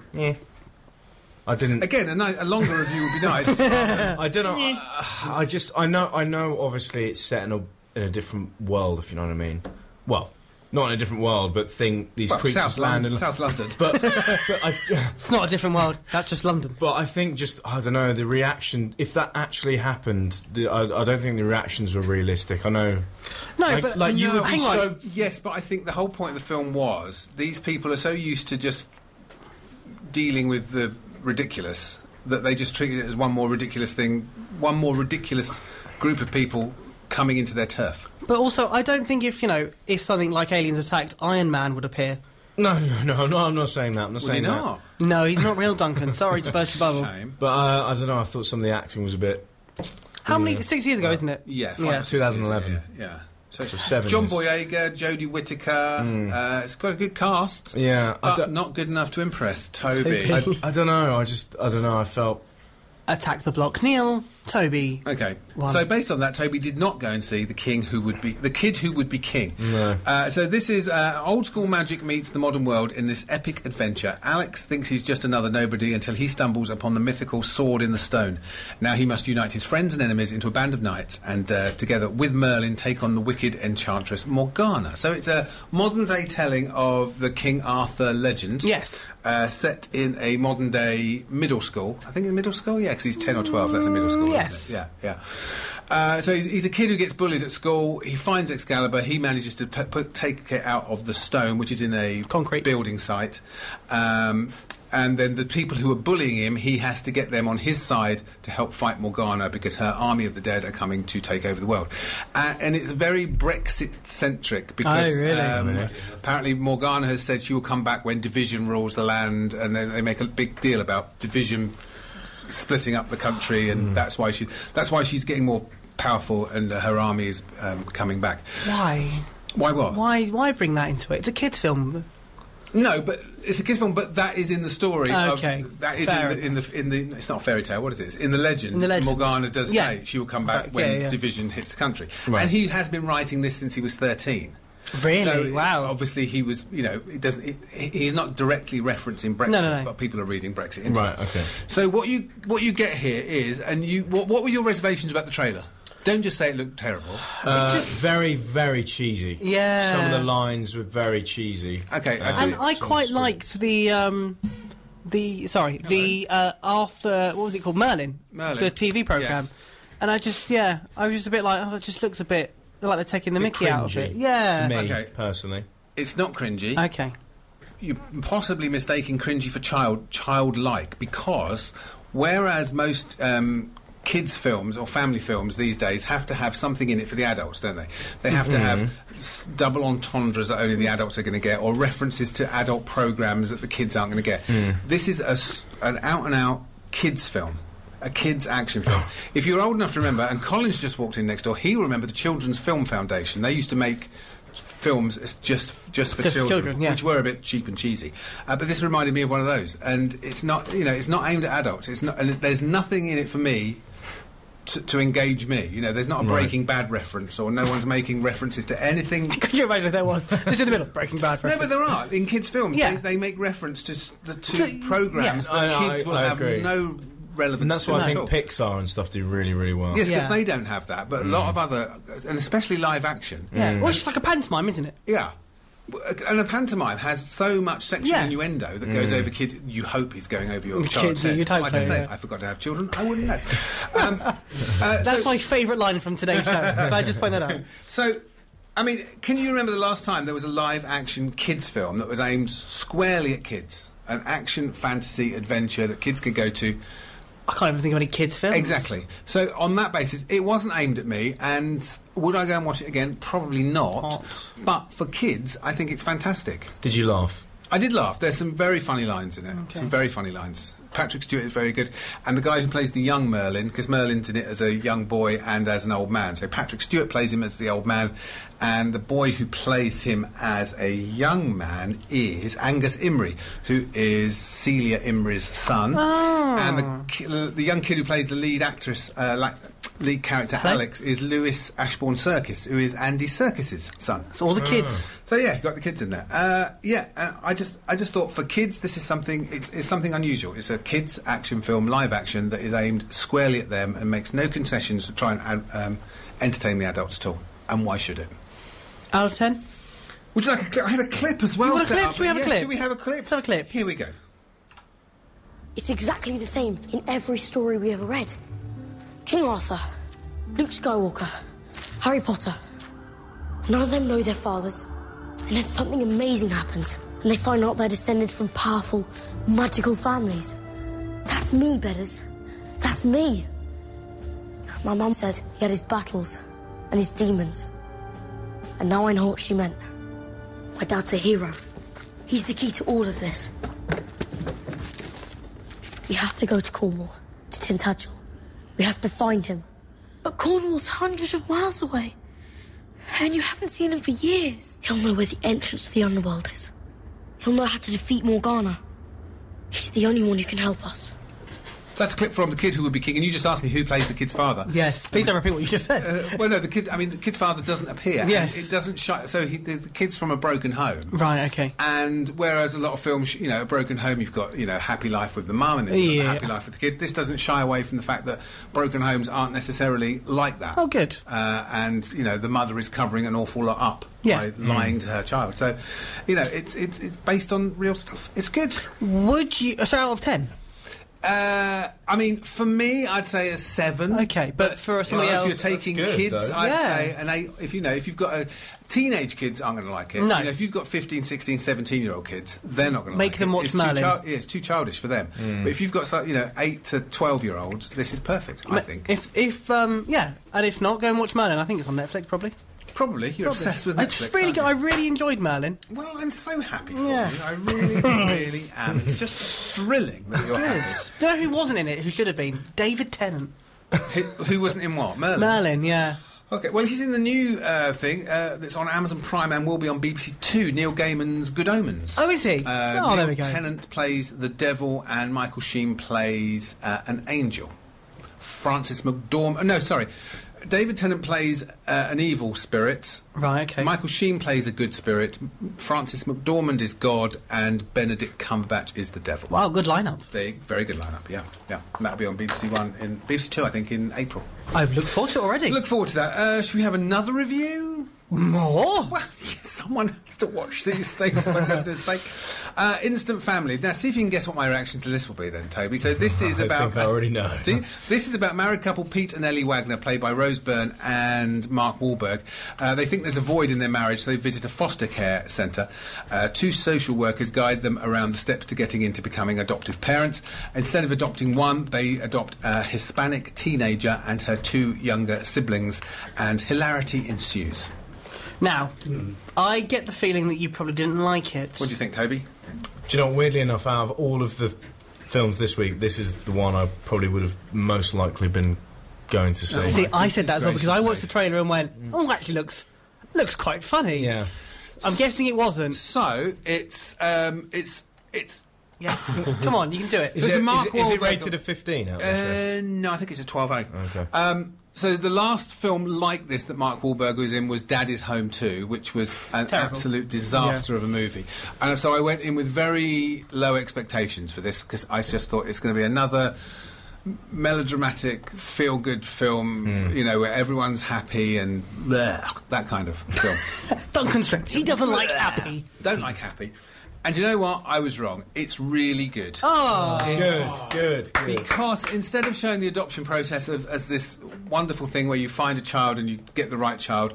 E: I didn't.
C: Again, a, ni- a longer review would be nice. yeah.
E: I don't know. I, I just I know I know. Obviously, it's set in a in a different world. If you know what I mean. Well, not in a different world, but thing these
C: Well,
E: creatures
C: South
E: land
C: London.
E: in-
C: South London.
E: But but I.
D: it's not a different world. That's just London.
E: But I think just I don't know the reaction. If that actually happened, the, I, I don't think the reactions were realistic. I know.
D: No,
E: Like-
D: but
E: like you would be
D: hang on.
E: so-
C: Yes, but I think the whole point of the film was these people are so used to just dealing with the ridiculous that they just treated it as one more ridiculous thing, one more ridiculous group of people coming into their turf.
D: But also, I don't think if you know if something like aliens attacked, Iron Man would appear.
E: No, no, no, no. I'm not saying that. I'm not
C: Would they
E: saying that.
C: not?
D: No, he's not real, Duncan. Sorry to burst your bubble.
C: Shame.
E: But uh, I don't know. I thought some of the acting was a bit.
D: How many?
E: Yeah.
D: Six years ago, isn't it?
C: Yeah,
D: Yeah.
C: five, six years,
E: 2011.
C: Yeah. yeah. So it's
E: seven
C: John
E: years. Hmm.
C: Boyega, Jodie Whittaker. Uh, it's got a good cast,
E: Yeah, I
C: but
E: don't,
C: not good enough to impress Toby.
E: I, I don't know. I just I don't know. I felt
D: Attack the block, Neil, Toby.
C: Okay,
D: One.
C: so based on that, Toby did not go and see the king who would be the kid who would be king.
E: No.
C: Uh, so this is uh, old school magic meets the modern world in this epic adventure. Alex thinks he's just another nobody until he stumbles upon the mythical sword in the stone. Now he must unite his friends and enemies into a band of knights, and uh, together with Merlin take on the wicked enchantress Morgana. So it's a modern day telling of the King Arthur legend.
D: Yes.
C: Uh, set in a modern day middle school. I think in middle school, yeah, because he's 10 or 12, that's a middle school.
D: yes.
C: Isn't it? Yeah, yeah. Uh, so he's, he's a kid who gets bullied at school. He finds Excalibur. He manages to put, put, take it out of the stone, which is in a
D: Concrete.
C: building site. Um, and then the people who are bullying him, he has to get them on his side to help fight Morgana because her army of the dead are coming to take over the world. Uh, and it's very Brexit centric because
D: Oh, really?
C: um, apparently Morgana has said she will come back when division rules the land, and then they make a big deal about division splitting up the country, and that's why she that's why she's getting more powerful, and uh, her army is um, coming back.
D: Why?
C: Why what?
D: Why? Why bring that into it? It's a kids' film.
C: No, but it's a kids film, but that is in the story.
D: Okay,
C: of, that is
D: fair
C: in the, in the in the. It's not a fairy tale. What is it? It's in the legend.
D: In the legend.
C: Morgana does
D: Yeah.
C: say she will come back
D: Back,
C: when
D: yeah, yeah.
C: division hits the country,
E: Right.
C: and he has been writing this since he was thirteen.
D: Really?
C: So
D: wow.
C: Obviously, he was. You know, it doesn't. It, he- he's not directly referencing Brexit,
D: No, no, no.
C: but people are reading Brexit. Into
E: right.
C: it.
E: Okay.
C: So what you what you get here is, and you what, what were your reservations about the trailer? Don't just say it looked terrible.
E: Uh,
D: just-
E: very very cheesy.
D: Yeah.
E: Some of the lines were very cheesy.
C: Okay,
E: Uh,
C: I
D: and
C: do-
D: I
E: it's on
D: quite
E: the screen.
D: liked the um, the sorry the uh, Arthur. What was it called? Merlin.
C: Merlin.
D: The TV program.
C: Yes.
D: And I just yeah, I was just a bit like oh, it just looks a bit like they're taking the
E: Bit
D: Mickey out of
E: cringy
D: it. Yeah.
E: For me
C: Okay.
E: personally.
C: It's not cringy.
D: Okay.
C: you're possibly mistaking cringy for child childlike because whereas most um, kids films or family films these days have to have something in it for the adults don't they they have to have
D: Mm-hmm.
C: s- double entendres that only the adults are going to get or references to adult programs that the kids aren't going to get
D: Mm.
C: this is a s an out and out kids film a kids action film. if you're old enough to remember, and Collins just walked in next door, he remembered the Children's Film Foundation. They used to make films as just just for
D: Just
C: children,
D: children, yeah.
C: which were a bit cheap and cheesy. Uh, but this reminded me of one of those, and it's not you know it's not aimed at adults. It's not, and it- there's nothing in it for me. To, to engage me, you know, there's not a Breaking Bad reference, or no one's making references to anything. no,
D: Could you imagine if there was just in the middle Breaking Bad? For
C: but there are in kids' films.
D: Yeah.
C: They, they make reference to s- the
D: So,
C: two
D: yeah.
C: programs
E: I
C: that
E: know,
C: kids
E: I-
C: will
E: I
C: have
E: agree.
C: no relevance.
E: And that's
C: to
E: why
C: them
E: I
C: at
E: think
C: all.
E: Pixar and stuff do really really well.
C: Yes, because
D: Yeah.
C: they don't have that, but a
E: Mm.
C: lot of other, and especially live action.
D: yeah. Well, it's just like a pantomime, isn't it?
C: Yeah. And a pantomime has so much sexual
D: Yeah.
C: innuendo that goes over kids. You hope is going over your
D: Kids,
C: child's head.
D: you'd hope
C: like
D: so,
C: I say,
D: yeah.
C: I forgot to have children. I wouldn't know. um, uh,
D: That's
C: so,
D: my favourite line from today's show. Can I just point that out?
C: so, I mean, can you remember the last time there was a live-action kids film that was aimed squarely at kids? An action fantasy adventure that kids could go to.
D: I can't even think of any kids' films.
C: Exactly. So on that basis, it wasn't aimed at me, and would I go and watch it again? Probably not.
D: Not.
C: But for kids, I think it's fantastic.
E: Did you laugh?
C: I did laugh. There's some very funny lines in it.
D: Okay.
C: Some very funny lines. Patrick Stewart is very good, and the guy who plays the young Merlin, because Merlin's in it as a young boy and as an old man. So Patrick Stewart plays him as the old man, and the boy who plays him as a young man is Angus Imrie, who is Celia Imrie's son, and the, ki- the young kid who plays the lead actress, uh, like, lead character Alex, is Lewis Ashbourne Circus, who is Andy Circus's son.
D: It's all the kids.
C: So yeah, you got the kids in there. Uh, yeah, uh, I just I just thought for kids this is something it's, it's something unusual. It's a kids action film, live action that is aimed squarely at them and makes no concessions to try and ad- um, entertain the adults at all. And why should it?
D: Out of ten.
C: Would you like? A cli I had a clip as well.
D: want a
C: set
D: clip?
C: up.
D: Should we have a
C: Yeah,
D: clip?
C: Should we have a clip?
D: Let's have a clip.
C: Here we go.
H: It's exactly the same in every story we ever read. King Arthur, Luke Skywalker, Harry Potter. None of them know their fathers. And then something amazing happens, and they find out they're descended from powerful, magical families. That's me, Bedders. That's me. My mum said he had his battles and his demons. And now I know what she meant. My dad's a hero. He's the key to all of this. We have to go to Cornwall, to Tintagel. We have to find him.
I: But Cornwall's hundreds of miles away. And you haven't seen him for years.
H: He'll know where the entrance to the underworld is. He'll know how to defeat Morgana. He's the only one who can help us.
C: So that's a clip from the kid who would be king, and you just asked me who plays the kid's father.
D: Yes. Please don't repeat what you just said.
C: Well, no, the kid. I mean, the kid's father doesn't appear. and
D: Yes.
C: it doesn't. Sh- so he, the, the kid's from a broken home.
D: right. Okay.
C: And whereas a lot of films, you know, a broken home, you've got you know happy life with the mum and then you've got
D: Yeah.
C: the happy life with the kid. This doesn't shy away from the fact that broken homes aren't necessarily like that.
D: Oh, good.
C: Uh, and you know, the mother is covering an awful lot up
D: Yeah. Mm.
C: by lying to her child. So, you know, it's it's it's based on real stuff. It's good.
D: Would you? uh, Sorry, out of ten.
C: Uh, I mean, for me, I'd say a seven.
D: Okay, but for somebody
C: if
D: else-
C: you're taking
E: That's good,
C: kids,
E: though.
C: I'd
D: Yeah.
C: say an eight. If you know, if you've got a teenage kids, aren't going to like it.
D: No.
C: You know, if you've got 15, 16, 17 year old kids, they're not going to
D: Make
C: like
D: them
C: it.
D: watch
C: it's too
D: Merlin.
C: child- yeah, it's too childish for them. But if you've got so- you know eight to twelve year olds, this is perfect. I think
D: If if um yeah, and if not, go and watch Merlin. I think it's on Netflix probably.
C: probably you're obsessed with
D: I
C: Netflix.
D: just really
C: aren't
D: got, I
C: you?
D: really enjoyed Merlin.
C: Well, I'm so happy for
D: Yeah.
C: you. I really, really am. It's just thrilling that you're happy.
D: Do you know who wasn't in it? Who should have been? David Tennant.
C: Who, who wasn't in what? Merlin.
D: Merlin. Yeah.
C: Okay, well, he's in the new uh, thing uh, that's on Amazon Prime and will be on BBC Two. Neil Gaiman's Good Omens.
D: Oh, is he?
C: Uh,
D: Oh,
C: Neil
D: there we go.
C: Tennant plays the devil, and Michael Sheen plays uh, an angel. Francis McDormand. No, sorry. David Tennant plays uh, an evil spirit.
D: Right. Okay.
C: Michael Sheen plays a good spirit. Francis McDormand is God, and Benedict Cumberbatch is the devil.
D: wow. Good lineup.
C: They, very good lineup. Yeah, yeah. And that'll be on BBC One in BBC Two, I think, in April.
D: I've looked forward to it already.
C: Look forward to that. Uh, should we have another review?
D: more.
C: Well, someone has to watch these things. like that, don't they? uh, Instant Family. Now, see if you can guess what my reaction to this will be, then, Toby. So this is
E: I
C: about.
E: think I already know.
C: Do you- This is about married couple Pete and Ellie Wagner, played by Rose Byrne and Mark Wahlberg. Uh, they think there's a void in their marriage, so they visit a foster care centre. Uh, two social workers guide them around the steps to getting into becoming adoptive parents. Instead of adopting one, they adopt a Hispanic teenager and her two younger siblings, and hilarity ensues.
D: Now, I get the feeling that you probably didn't like it.
C: What do you think, Toby?
E: Do you know, weirdly enough, out of all of the films this week, this is the one I probably would have most likely been going to see.
D: See, I said that as well
C: Goodness
D: because I
C: gracious
D: watched the trailer and went, "Oh, actually, looks looks quite funny."
E: yeah.
D: I'm guessing it wasn't.
C: So it's um, it's it's.
D: Yes. Come on, you can do it.
E: Is
C: There's
E: it,
C: a Mark
E: is it- is it
C: Wahlberg-
E: rated a 15 out of interest?
C: Uh, no, I think it's a twelve A.
E: Okay.
C: Um, so the last film like this that Mark Wahlberg was in was Daddy's Home 2, which was an
D: Terrible.
C: absolute disaster of a movie. And so I went in with very low expectations for this because I just thought it's going to be another melodramatic, feel-good film, you know, where everyone's happy and bleh, that kind of film.
D: Duncan Strip. He doesn't like Appy.
C: Don't like happy. And you know what? I was wrong. It's really good.
D: Oh.
E: Good, good, good.
C: Because instead of showing the adoption process of, as this wonderful thing where you find a child and you get the right child,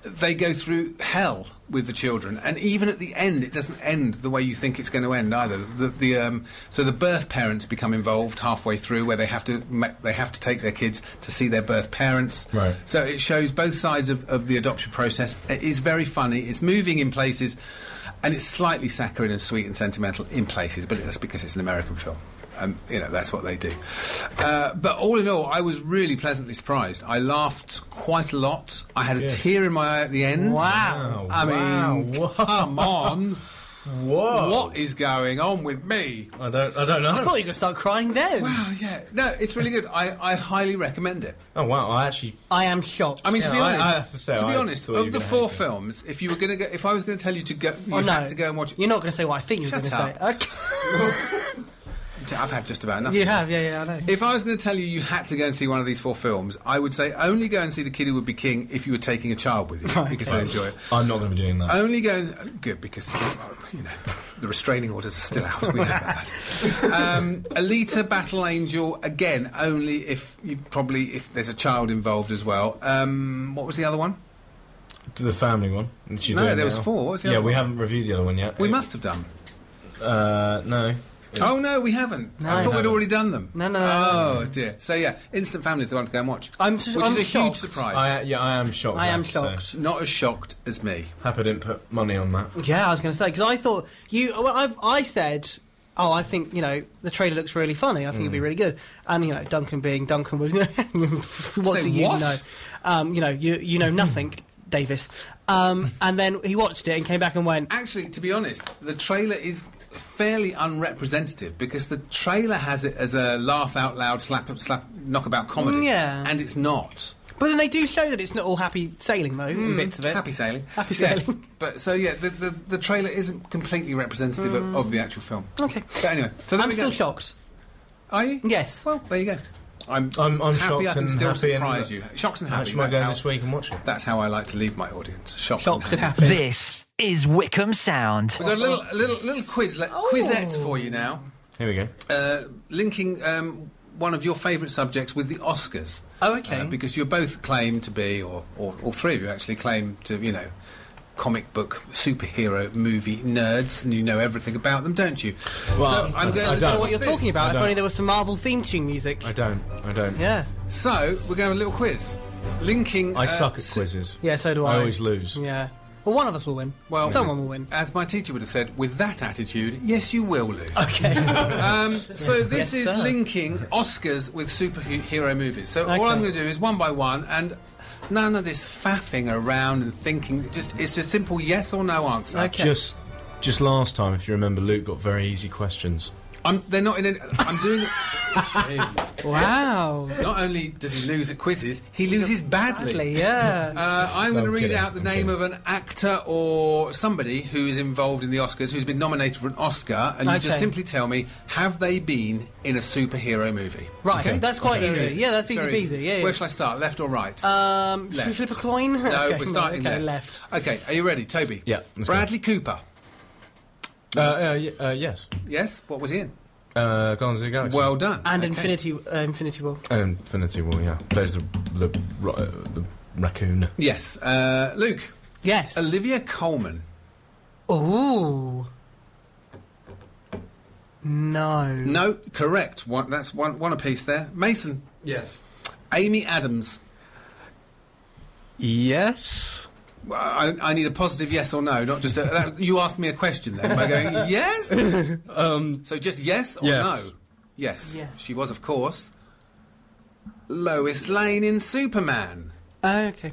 C: they go through hell with the children. And even at the end, it doesn't end the way you think it's going to end either. The, the, um, so the birth parents become involved halfway through, where they have to ma- they have to take their kids to see their birth parents.
E: Right.
C: So it shows both sides of, of the adoption process. It is very funny. It's moving in places, and it's slightly saccharine and sweet and sentimental in places. But that's because it's an American film. and you know that's what they do. Uh, but all in all, I was really pleasantly surprised. I laughed quite a lot. I had a tear in my eye at the end.
E: Wow.
C: I mean,
E: Wow.
C: come on,
E: Whoa!
C: what is going on with me?
E: I don't. I don't know.
D: I thought you were going to start crying then.
C: Oh yeah, no, it's really good. I, I highly recommend it.
E: oh wow! I actually.
D: I am shocked.
C: I mean, to
E: Yeah,
C: be
E: I-
C: honest,
E: I have to say,
C: be
E: I
C: honest,
E: thought you
C: of
E: were
C: the
E: gonna
C: four
E: hate it.
C: films, if you were gonna go, if I was gonna tell you to go, you
D: oh, no.
C: had to go and watch.
D: You're not going to say what I think you were going
C: Shut
D: to say.
C: up.
D: Okay.
C: I've had just about enough.
D: You
C: of it.
D: have, yeah, yeah, I know.
C: If I was going to tell you you had to go and see one of these four films, I would say only go and see The Kid Who Would Be King if you were taking a child with you because they enjoy it.
E: I'm not going to be doing that.
C: Only go and, good because you know the restraining orders are still out. We know about that. Um, Alita: Battle Angel again only if you probably if there's a child involved as well. Um, what was the other one?
E: To the family one. Which you
C: No,
E: doing
C: there was
E: now.
C: four. What's the
E: yeah,
C: other
E: we
C: one?
E: haven't reviewed the other one yet.
C: We
E: It-
C: must have done.
E: Uh, no.
C: Oh no, we haven't. I thought we'd already done them.
D: No, no, no,
C: Oh dear. So yeah, Instant Family is the one to go and watch.
D: I'm so-
C: which
D: I'm
C: is a huge
D: shocked.
C: surprise.
E: I yeah, I am shocked.
D: I am
E: have to say.
D: shocked.
C: Not as shocked as me.
E: Papa didn't put money on that.
D: Yeah, I was going to say because I thought you. Well, I've, I said, oh, I think you know the trailer looks really funny. I think
C: Mm.
D: it'd be really good. And you know, Duncan being Duncan, was, what
C: Say
D: do you
C: what?
D: know? Um, you know, you you know nothing, Davis. Um, and then he watched it and came back and went,
C: Actually, to be honest, the trailer is fairly unrepresentative because the trailer has it as a laugh out loud slap slap knockabout comedy.
D: Mm, yeah.
C: And it's not.
D: but then they do show that it's not all happy sailing though. in bits of it.
C: Mm. Happy sailing.
D: Happy
C: Yes.
D: sailing.
C: But so yeah, the, the, the trailer isn't completely representative of, of the actual film.
D: Mm. Okay.
C: But anyway, so there
D: I'm
C: we
D: still
C: go.
D: shocked.
C: Are you?
D: Yes.
C: Well, there you go. I'm,
E: I'm- I'm
C: happy I
E: shocked
C: can
E: and
C: still
E: happy and- uh,
C: surprise you. Shocked and
E: How
C: happy.
E: much am I
C: That's
E: going
C: how,
E: this week and watch it?
C: that's how I like to leave my audience. Shocked,
D: Shocked and happy.
A: This is Wickham Sound.
C: We've got a little, little, little quiz, le-
D: Oh.
C: quizette for you now.
E: Here we go.
C: uh, linking um, one of your favourite subjects with the Oscars.
D: Oh, okay.
C: Uh, because you both claim to be, or, or all three of you actually claim to, you know, comic book, superhero, movie nerds, and you know everything about them, don't you? so I'm going
E: I
C: to
E: don't.
D: What you're
C: what's this?
D: talking about?
E: I
D: If
E: don't.
D: only there was some Marvel theme tune music.
E: I don't. I don't.
D: Yeah.
C: So we're going to have a little quiz. Linking.
E: I
C: uh,
E: suck at
C: su-
E: quizzes.
D: Yeah. So do I.
E: I always lose.
D: Yeah. Well, one of us will win.
C: Well,
D: someone will win.
C: As my teacher would have said, with that attitude, yes, you will lose.
D: Okay.
C: Um, so this
D: Yes,
C: is
D: sir.
C: linking Oscars with superhero movies. So all
D: Okay.
C: I'm going to do is one by one, and none of this faffing around and thinking. Just it's just simple yes or no answer.
D: Okay.
E: Just, just last time, if you remember, Luke got very easy questions.
C: I'm, they're not in. Any, I'm doing.
D: wow.
C: not only does he lose at quizzes, he loses
D: Badly,
C: badly.
D: yeah.
C: Uh, I'm going to
E: I'm
C: read
E: kidding,
C: out the
E: I'm
C: name
E: kidding.
C: of an actor or somebody who is involved in the Oscars, who's been nominated for an Oscar, and you just
D: Okay.
C: simply tell me, have they been in a superhero movie?
D: Right, that's quite easy. Yeah, that's easy
C: Very
D: peasy. Yeah.
C: Where shall I start? Left or right?
D: yeah. Um, should we
C: Left.
D: flip a coin?
C: No,
D: Okay,
C: we're starting
D: okay,
C: left. Okay, are you ready, Toby?
E: Yeah, let's go.
C: Bradley Cooper.
E: Uh, uh, y- uh, yes.
C: Yes. What was he in?
E: Uh, Guardians of the Galaxy.
C: Well done.
D: And
C: Okay.
D: Infinity, uh, Infinity War.
E: Uh, Infinity War. Yeah, plays the the, ra- uh, the raccoon.
C: Yes. Uh, Luke.
D: Yes.
C: Olivia Coleman.
D: Ooh. No.
C: No, correct. One, that's one one apiece there. Mason.
G: Yes.
C: Amy Adams.
J: Yes.
C: Well, I, I need a positive yes or no, not just a, that, you asked me a question then by going yes.
J: Um,
C: So just yes or
J: Yes.
C: no. Yes.
D: Yeah.
C: She was, of course. Lois Lane in Superman,
D: Oh, okay.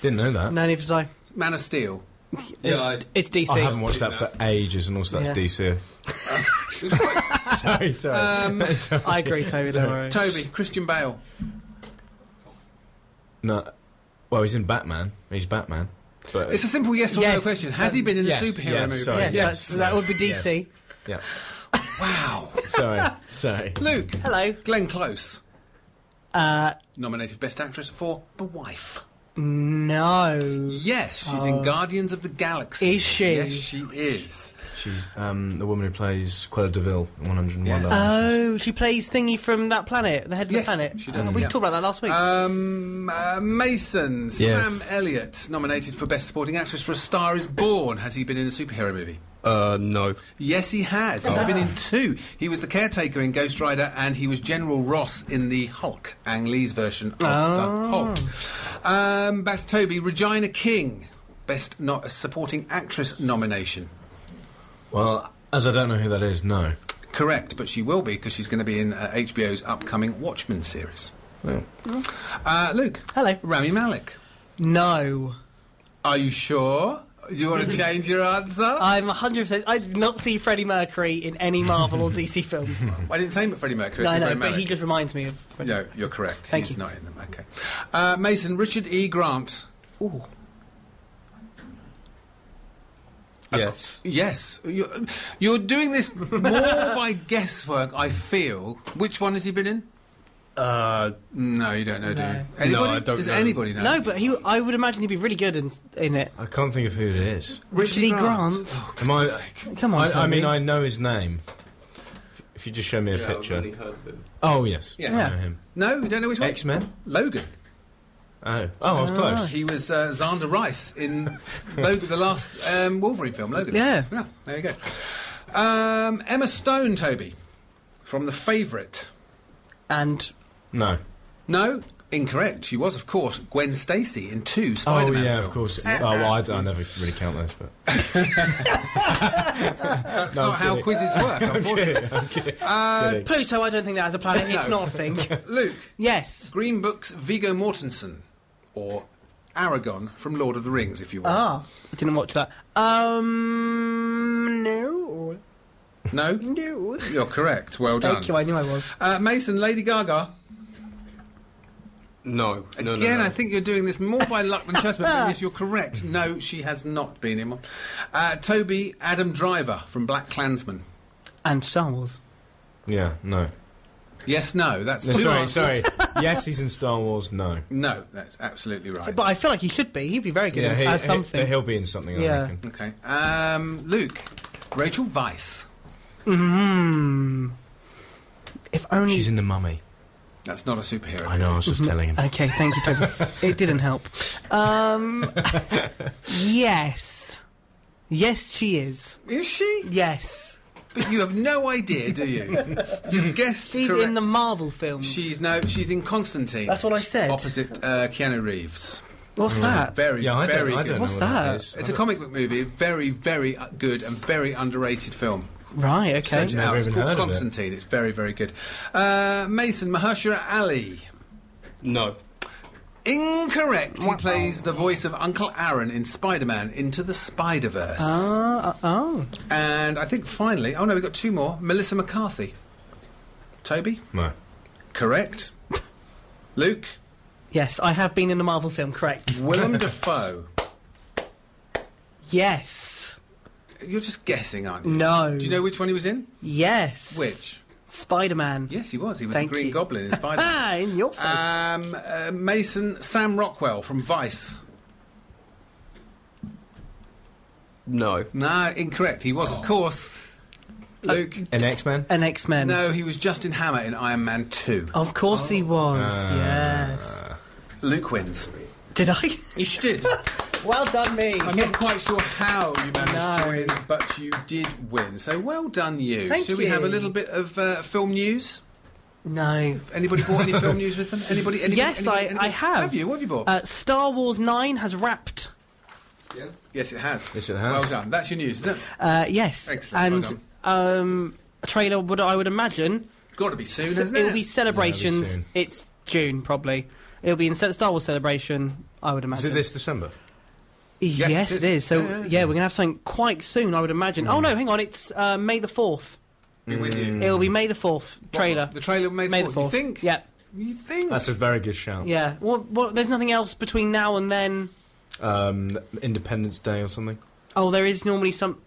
E: Didn't know that.
D: No need to die.
C: Man of Steel.
G: Yeah,
D: It's,
G: I-
D: it's DC.
E: I haven't watched that for ages, and also
D: Yeah.
E: that's DC. sorry, sorry.
C: Um,
E: sorry.
D: I agree, Toby. Don't worry.
C: Toby, Christian Bale.
E: No. Well, he's in Batman. He's Batman. But
C: It's a simple yes or no
D: Yes.
C: question. Has he been in
E: Uh, Yes,
C: a superhero
E: yes,
C: movie?
E: sorry.
D: yes, that's,
E: Yes.
D: that would be DC.
E: yeah.
C: Wow.
E: Sorry, sorry.
C: Luke.
D: Hello.
C: Glenn Close.
D: Uh,
C: Nominated Best Actress for The Wife.
D: no.
C: Yes, she's in Guardians of the Galaxy.
D: Oh. Is she?
C: Yes, she is.
E: She's um, the woman who plays Quella Deville in 101
C: Yes.
E: Dalmatians.
D: Oh, she plays Thingy from that planet, the head of
C: Yes,
D: the planet. Oh,
C: she does,
D: we
C: yeah.
D: talked about that last week.
C: Um, uh, Mason.
J: Yes.
C: Sam Elliott. Nominated for Best Supporting Actress for A Star is Born. Has he been in a superhero movie?
J: uh, no.
C: Yes, he has.
D: Ah.
C: He's been in two. He was the caretaker in Ghost Rider, and he was General Ross in the Hulk, Ang Lee's version of
D: Ah.
C: the Hulk. Um, back to Toby. Regina King, best not supporting actress nomination.
E: Well, as I don't know who that is, no.
C: Correct, but she will be because she's going to be in uh, HBO's upcoming Watchmen series.
J: Oh.
C: Uh, Luke.
D: Hello.
C: Rami Malik.
D: No.
C: Are you sure? Do you want to change your answer?
D: I'm 100%. I did not see Freddie Mercury in any Marvel or DC films.
C: I didn't say Freddie Mercury. I
D: no, I
C: said
D: know,
C: Rami
D: but he
C: Malek.
D: just reminds me of.
C: No, you're correct.
D: Thank
C: He's
D: you.
C: not in them. Okay. Uh, Mason, Richard E. Grant.
J: Yes.
C: Yes. You're, you're doing this more by guesswork, I feel. Which one has he been in?
J: Uh,
C: No, you don't know, do you?
D: No.
C: Anybody?
J: No, I don't
C: Does
J: know.
C: anybody know?
D: No, but he. I would imagine he'd be really good in, in it.
E: I can't think of who it is.
D: Richard E. Grant.
E: Am I?
D: Come on,
E: Oh, I, I mean,
D: Toby.
E: I know his name. If- If you just show me a
G: Yeah, I've only
E: picture.
G: heard of him.
E: Oh yes,
C: Yes.
E: I know him.
C: No, you don't know which one?
E: X Men.
C: Logan.
E: Oh, oh,
C: Ah.
E: I was close.
C: He was uh, Xander Rice in Logan, the last um, Wolverine film, Logan.
D: Yeah.
C: Yeah, there you go. Um, Emma Stone, Toby, from The Favourite.
D: And.
E: No.
C: No, incorrect. She was, of course, Gwen Stacy in two
E: Oh
C: Spider-Man
E: yeah,
C: films.
E: of course. oh well, I, I never really count those, but
C: That's not how
E: kidding. Oh,
C: quizzes work, unfortunately.
E: Kidding.
D: Pluto, I don't think that has a planet. It's not a thing.
C: Luke,
D: Yes.
C: Green Book's Vigo Mortensen, or Aragon from Lord of the Rings, if you want.
D: Ah, I didn't watch that. Um. No.
E: Ah.
C: No,
D: No.
C: you're correct. Well done.
D: Thank you, I knew I was.
C: Uh, Mason, Lady Gaga.
J: no. No, no,
C: Again,
J: no.
C: I think you're doing this more by luck than chance, but yes, you're correct. No, she has not been in one. Uh, Toby Adam Driver from Black Klansman.
D: And Star Wars.
E: yeah, no.
C: Yes, no, that's
E: No,
C: two
E: sorry,
C: answers.
E: sorry. Yes, he's in Star Wars. No.
C: No, that's absolutely right.
D: But I feel like he should be. He'd be very good
E: Yeah,
D: in,
E: he,
D: as
E: he-
D: something.
E: he'll be in something.
D: Yeah.
E: I reckon.
C: Okay. Um, Luke, Rachel Weiss.
D: Mm. If only.
E: She's in the Mummy.
C: That's not a superhero.
E: I know. I was just telling him.
D: Okay, thank you, Toby. it didn't help. Um, yes. Yes, she is.
C: Is she?
D: Yes.
C: But you have no idea, do you? you guessed
D: She's
C: correct.
D: in the Marvel films.
C: She's no. She's in Constantine.
D: That's what I said.
C: Opposite uh, Keanu Reeves.
D: What's that?
C: Mm. Very,
E: Yeah, I don't,
C: very
E: I
C: good.
E: don't know
D: What's
E: what that
D: that?
E: is.
C: It's
E: I
C: a comic book movie. Very, very uh, good and very underrated film.
D: Right, okay.
C: Search it out.
E: Never
C: It's
E: even
C: called
E: heard of it.
C: Constantine. It's very, very good. Uh, Mason Mahershala Ali.
J: No.
C: Incorrect. He plays the voice of Uncle Aaron in Spider-Man: Into the Spider-Verse.
D: Uh, oh.
C: And I think finally, oh no, we've got two more. Melissa McCarthy. Toby?
E: don't- No.
C: Correct. Luke?
D: Yes, I have been in a Marvel film, correct.
C: Willem Dafoe.
D: Yes.
C: You're just guessing, aren't you?
D: No.
C: Do you know which one he was in?
D: Yes.
C: Which?
D: Spider Man.
C: Yes, he was. He was
D: Thank
C: the Green
D: you.
C: Goblin in Spider
D: Ah, in your face.
C: Man. um, uh, Mason, Sam Rockwell from Vice.
J: No.
C: No, incorrect. He
D: Oh.
C: was, of course.
D: Uh,
C: Luke?
E: An X Men.
D: An X Men.
C: No, Oh. he was Justin Hammer in Iron Man 2.
D: Of course he was.
C: Uh.
D: yes.
C: Luke wins.
D: Did I?
C: You did.
D: well done, me.
C: I'm not quite sure how you managed to
D: No.
C: win, but you did win. So well done, you.
D: Thank
C: Shall we have a
D: you.
C: little bit of uh, film news?
D: No.
C: Anybody bought any film news with them? Anybody? anybody
D: Yes,
C: anybody-
D: I-
C: anybody?
D: I have.
C: Have you? What have you bought?
D: Uh, Star Wars 9 has wrapped.
G: Yeah.
C: yes, it has.
E: Yes, it has.
C: Well done. That's your news, isn't it?
D: Uh, yes.
C: Excellent, well
D: And um, a trailer would I would imagine
C: Got to be soon, hasn't
D: it'll
C: it?
D: be celebrations.
E: soon.
D: it's June probably. It'll be in Ce- Star Wars celebration. I would
E: Is
D: imagine.
E: it this December?
D: Yes,
C: Yes, it is.
D: it is. So yeah, we're gonna have something quite soon. I would imagine. Oh no, hang on. It's uh, May the fourth.
C: Be with
E: Mm.
C: you.
D: It'll be May the fourth trailer.
C: The trailer May the
D: May the
C: 4th. You
D: fourth.
C: think?
D: Yeah.
C: You think?
E: That's a very good shout.
D: Yeah. Well, well, there's nothing else between now and then.
E: Um, Independence Day or something.
D: Oh, there is normally some.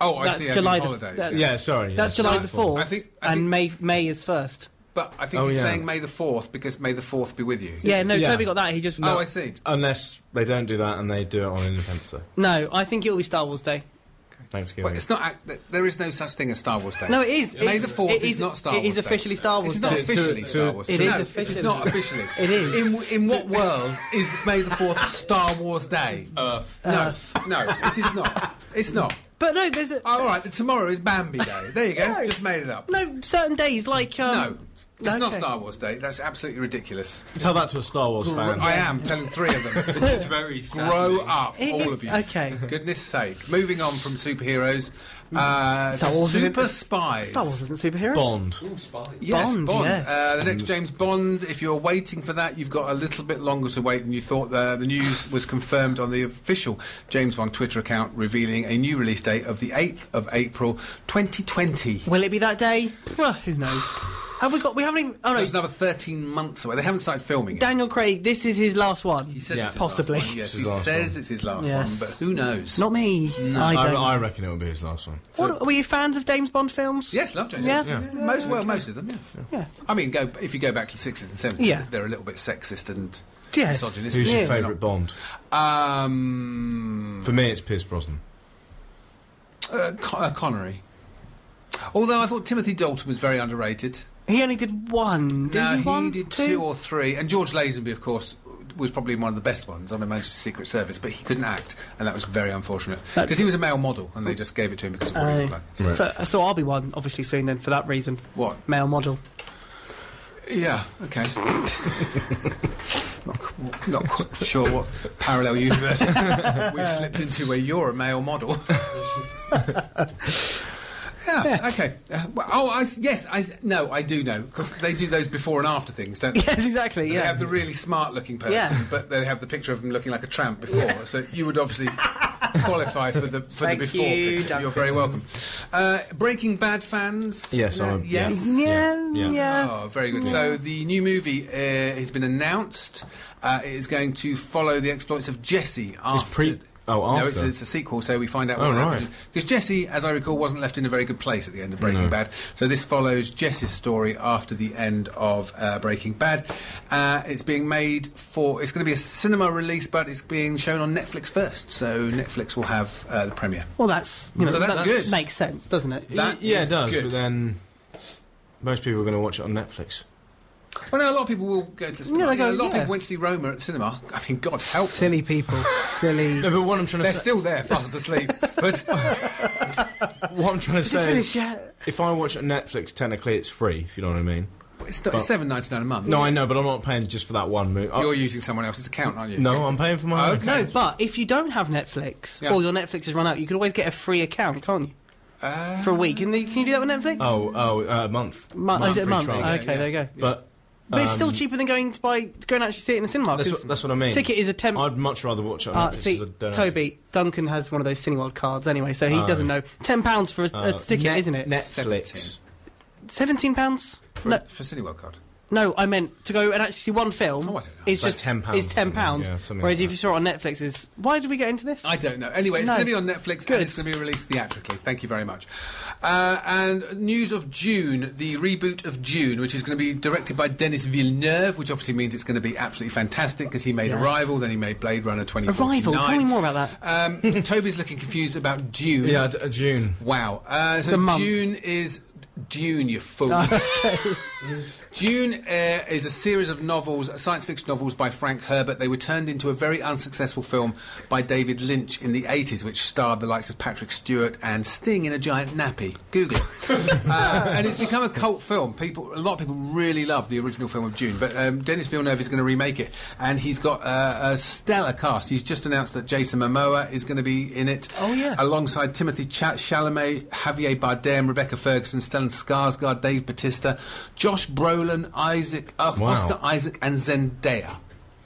C: oh, I
D: that's
C: see. as in
D: July the-
C: holidays.
D: that's-
E: Yeah, sorry.
D: That's
E: yeah.
D: July the fourth.
C: I think- I think-
D: and May May is first.
C: But I think
E: Oh,
C: he's
E: yeah.
C: saying May the 4th because May the 4th be with you.
D: Yeah. No,
E: Yeah.
D: Toby got that. He just.
C: Oh, I see.
E: Unless they don't do that and they do it on Independence Day.
D: No, I think it'll be Star Wars Day.
E: Thanksgiving.
C: But it's not. ac- There is no such thing as Star Wars Day.
D: No, it is.
C: May
D: It's-
C: the fourth
D: it
C: is not Star
D: It is
C: Wars Day.
D: officially Star Wars
C: It's not
D: Day.
C: officially
E: to-
C: Star Wars.
D: it
C: Day.
D: is
C: no,
D: officially.
C: It's not officially.
D: It is.
C: In, in what world is May the Fourth Star Wars Day?
J: Earth.
C: no, no, it is not. It's not.
D: But no, there's a,
C: Oh, all right. Tomorrow is Bambi Day. There you go. Just made it up.
D: no certain days like um,
C: No. It's not Star Wars Day. That's absolutely ridiculous.
E: Tell that to a Star Wars fan.
C: I am telling three of them.
G: This is very
C: Grow up,
D: It
C: all
D: is-
C: of you.
D: okay.
C: Goodness sake. Moving on from superheroes, uh,
D: Mm. Star
C: to
D: Wars isn't-
C: super spies.
D: Star Wars isn't superheroes.
E: Bond.
C: Yes,
D: Bond,
C: Bond.
D: yes.
C: Uh, the next James Bond. If you're waiting for that, you've got a little bit longer to wait than you thought. The, the news was confirmed on the official James Bond Twitter account, revealing a new release date of the 8th of April, 2020.
D: Will it be that day? Well, who knows? Have we got? We haven't even. Oh
C: So
D: no,
C: it's another 13 months away. They haven't started filming it.
D: Daniel Craig. This is his last one.
C: He says
E: Yeah.
C: it's his
D: Possibly.
C: last one. Yes,
E: It's his
C: he
E: last
C: says
E: one.
C: it's his last
D: Yes.
C: one, but who knows?
D: Not me. I
E: I,
D: don't.
E: I reckon it will be his last one.
D: what, were you fans of James Bond films?
C: Yes, love James
D: Yeah.
C: Bond. Yeah. Most, well, most of them, yeah.
D: Yeah.
C: I mean, go if you go back to the 60s and 70s,
D: Yeah.
C: they're a little bit sexist and
D: Yes.
C: misogynistic.
E: Who's
D: Yeah.
E: your favourite Bond?
C: Um,
E: For me, it's Pierce Brosnan.
C: uh, Con- uh, Connery. Although I thought Timothy Dalton was very underrated.
D: He only did one. Did
C: no,
D: he, one,
C: did two? or three. And George Lazenby, of course, was probably one of the best ones on the Manchester Secret Service, but he couldn't act, and that was very unfortunate because he was a male model, and they just gave it to him because of what he
D: Mm. Oh.
C: looked like. So-
D: So, so I'll be one, obviously, soon then, for that reason.
C: What?
D: Male model.
C: Yeah. Okay. not, qu- not quite sure what parallel universe we've slipped into where you're a male model. Yeah, Okay. Uh, well, oh, I s yes. I s no, I do know because they do those before and after things, don't they?
D: Yes, exactly,
C: So
D: yeah.
C: They have the really smart-looking person,
D: Yeah.
C: but they have the picture of him looking like a tramp before. so you would obviously qualify for the for
D: Thank
C: the before
D: you,
C: picture.
D: Duncan.
C: You're very welcome. Uh, Breaking Bad fans.
E: Yes,
C: Uh,
E: I'm-
C: yes.
D: Yeah, yeah.
E: Yeah.
C: Oh, very good. So the new movie uh, has been announced. Uh, it is going to follow the exploits of Jesse after.
E: pre- oh,
C: No,
E: after.
C: it's, it's a sequel, so we find out
E: Oh,
C: what
E: right.
C: happened. Because Jesse, as I recall, wasn't left in a very good place at the end of Breaking Bad. So this follows Jesse's story after the end of uh, Breaking Bad. Uh, it's being made for. It's going to be a cinema release, but it's being shown on Netflix first. So Netflix will have uh, the premiere.
D: Well, that's you know
C: So that's
D: that
C: good.
D: makes sense, doesn't it?
C: That
E: yeah,
C: is
E: it does.
C: good.
E: But then most people are going to watch it on Netflix.
C: Well, no, a lot of people will go to the cinema.
D: Yeah, they
C: You know,
D: go,
C: a lot of
D: yeah.
C: people went to see Roma at the cinema. I mean, God help them.
D: Silly people, silly.
E: No, but what I'm trying to
C: They're
E: say,
C: still there, fast asleep. But
E: what I'm trying to
D: Did you
E: say is,
D: finish yet?
E: if I watch it on Netflix, technically it's free. If you know what I mean.
C: it's, not, it's seven ninety nine a month.
E: No, I know, but I'm not paying just for that one movie. I-
C: you're using someone else's account, aren't you?
E: no, I'm paying for my. own.
C: Okay.
D: No, but if you don't have Netflix
C: Yeah.
D: or your Netflix has run out, you can always get a free account, can't you?
C: Uh,
D: For a week, can, they, can you do that with Netflix?
E: Oh, oh, uh, a month.
D: Mon- oh, is it a
E: free
D: month?
E: trial.
C: yeah,
D: okay,
C: yeah.
D: there you go.
E: But
D: But it's still cheaper than going to buy going to actually see it in the cinema.
E: that's
D: 'cause
E: what, that's what I mean.
D: ticket is a temp.
E: I'd much rather watch it on
D: Uh,
E: Netflix.
D: see,
E: 'cause I don't have to-
D: Toby Duncan has one of those Cineworld cards anyway, so he
E: Oh.
D: doesn't know. Ten pounds for a, a
E: Uh,
D: ticket,
E: Net-
D: isn't it?
E: Netflix.
D: Seventeen pounds.
C: for,
D: No,
C: for Cineworld card.
D: no, I meant to go and actually see one film.
C: Oh, I don't know.
D: Is
E: It's like
D: just
E: £10
D: Is
E: or
D: ten
E: something,
D: pounds.
E: yeah, something
D: Whereas
E: like
D: if
E: that.
D: you saw it on Netflix, is why did we get into this?
C: I don't know. Anyway, it's
D: No.
C: going to be on Netflix
D: Good.
C: and it's going to be released theatrically. Thank you very much. Uh, and news of June, the reboot of June, which is going to be directed by Denis Villeneuve, which obviously means it's going to be absolutely fantastic because he made
D: Yes.
C: Arrival, then he made Blade Runner 2049.
D: Arrival. Tell me more about that.
C: Um, Toby's looking confused about June.
E: Yeah, d- uh, June.
C: Wow. Uh,
D: a
C: so
D: month.
C: June is Dune, you fool. June uh, is a series of novels, science fiction novels by Frank Herbert. They were turned into a very unsuccessful film by David Lynch in the 80s, which starred the likes of Patrick Stewart and Sting in a giant nappy. Google it. uh, and it's become a cult film. People, a lot of people really love the original film of June, but um, Dennis Villeneuve is going to remake it, and he's got uh, a stellar cast. He's just announced that Jason Momoa is going to be in it.
D: Oh, yeah.
C: Alongside Timothy Ch- Chalamet, Javier Bardem, Rebecca Ferguson, Stellan Skarsgård, Dave Bautista, Josh Brolin, Isaac, uh,
E: Wow.
C: Oscar Isaac, and Zendaya.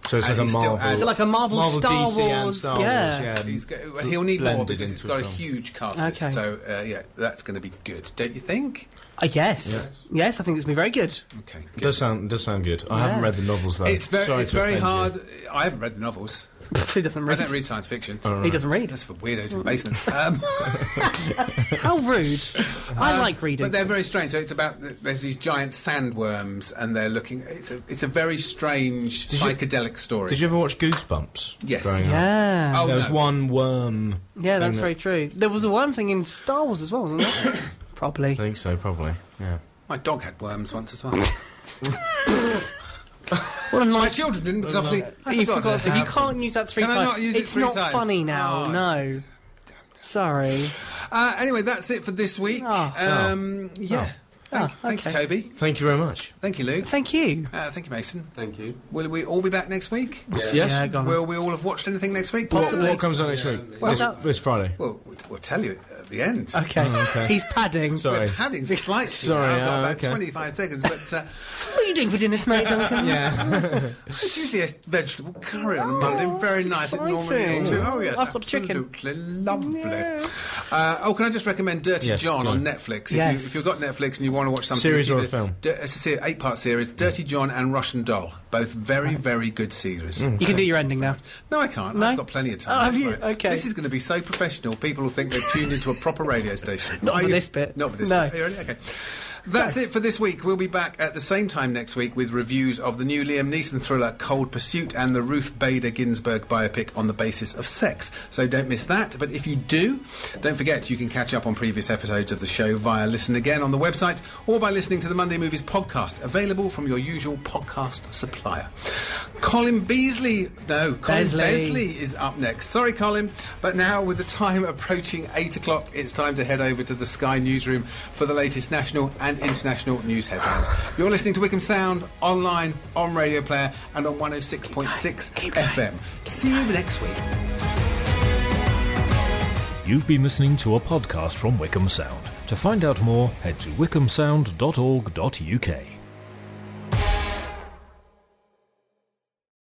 E: So it's
C: And
E: like a
C: he's still
E: Marvel.
C: as-
D: Is it like a Marvel,
E: Marvel
D: Star
E: DC and
D: Wars?
E: Star Wars,
D: yeah.
E: yeah.
C: He's go- well, he'll need more
E: Blended
C: because it's
E: into
C: got
E: a
C: a
E: film.
C: huge cast list.
D: Okay.
C: So uh, yeah, that's going to be good, don't you think?
D: Uh, yes. yes, I think it's gonna be very good.
C: Okay.
E: It
C: good.
E: does sound it does sound good. I haven't read the novels though.
C: It's very,
E: Sorry
C: it's
E: to
C: very
E: offend you.
C: hard. I haven't read the novels.
D: he doesn't
C: I
D: read.
C: don't read science fiction.
D: He doesn't read.
C: That's for weirdos in basements. Um,
D: How rude! I like reading.
C: But they're very strange. So it's about there's these giant sandworms, and they're looking. It's a it's a very strange
E: Did you-
C: psychedelic story.
E: Did you ever watch Goosebumps?
C: Yes.
E: growing up?
D: yeah.
C: Oh
E: there was
C: no.
E: one worm.
D: Yeah, that's
E: thing
D: very
E: that-
D: true. There was a worm thing in Star Wars as well, wasn't there? Probably.
E: I think so, probably. Yeah.
C: My dog had worms once as well.
D: What a
C: My
D: nice.
C: children didn't because obviously I
D: you
C: forgot.
D: forgot.
C: to
D: If you
C: have them.
D: can't use that three
C: Can I
D: times,
C: not use it
D: it's
C: three
D: not
C: times?
D: funny now.
C: Oh,
D: no. Sorry.
C: Uh, anyway, that's it for this week.
E: Ah.
D: Oh.
C: Um, Yeah. Thank, thank you, Toby.
E: Thank you very much.
C: Thank you, Luke.
D: Thank you.
C: Uh, thank you, Mason.
J: Thank you.
C: Will we all be back next week?
J: Yes.
E: Yeah,
D: go on.
C: Will we all have watched anything next week?
E: What,
C: Possibly.
E: what comes on next week?
C: Well,
E: this,
C: no.
E: this Friday.
C: Well, we'll- we'll tell you at the end.
D: Okay. He's padding.
E: Sorry.
C: We're padding slightly.
E: Sorry,
C: I've got
E: oh,
C: about
E: okay.
C: 25 seconds, but uh,
D: What are you doing for dinner tonight, Duncan?
E: Yeah.
C: it's usually a vegetable curry on a Monday. Very
D: it's
C: nice. It normally is
D: Oh, exciting.
C: too. Oh, yes.
D: I've got chicken.
C: absolutely lovely. Uh, oh, can I just recommend Dirty
E: Yes,
C: John
E: go
C: on
E: on.
C: Netflix?
D: Yes.
C: If, you, if you've got Netflix and you want to watch something.
E: Series or
C: TV
E: a film?
C: Di- it's a se- eight part series Dirty John and Russian Doll. Both very, very good series.
E: Mm.
D: You can do your ending now.
C: No, I can't.
D: No?
C: I've got plenty of time.
D: Oh, have
C: Don't
D: you?
C: worry.
D: Okay.
C: This is going to be so professional, people will think they've tuned into a proper radio station.
D: Not
C: Are
D: for
C: you-
D: this bit.
C: Not for this
D: No.
C: bit. Are you ready? Okay. That's it for this week. We'll be back at the same time next week with reviews of the new Liam Neeson thriller Cold Pursuit and the Ruth Bader Ginsburg biopic on the basis of sex. So don't miss that. But if you do, don't forget you can catch up on previous episodes of the show via Listen Again on the website or by listening to the Monday Movies podcast, available from your usual podcast supplier. Colin Beasley, no, Colin
D: Besley.
C: Besley is up next. Sorry, Colin, but now with the time approaching eight o'clock, it's time to head over to the Sky Newsroom for the latest national and international news headlines. You're listening to Wickham Sound online, on Radio Player, and on 106.6 FM. See you next week.
K: You've been listening to a podcast from Wickham Sound. To find out more, head to wickhamsound.org.uk.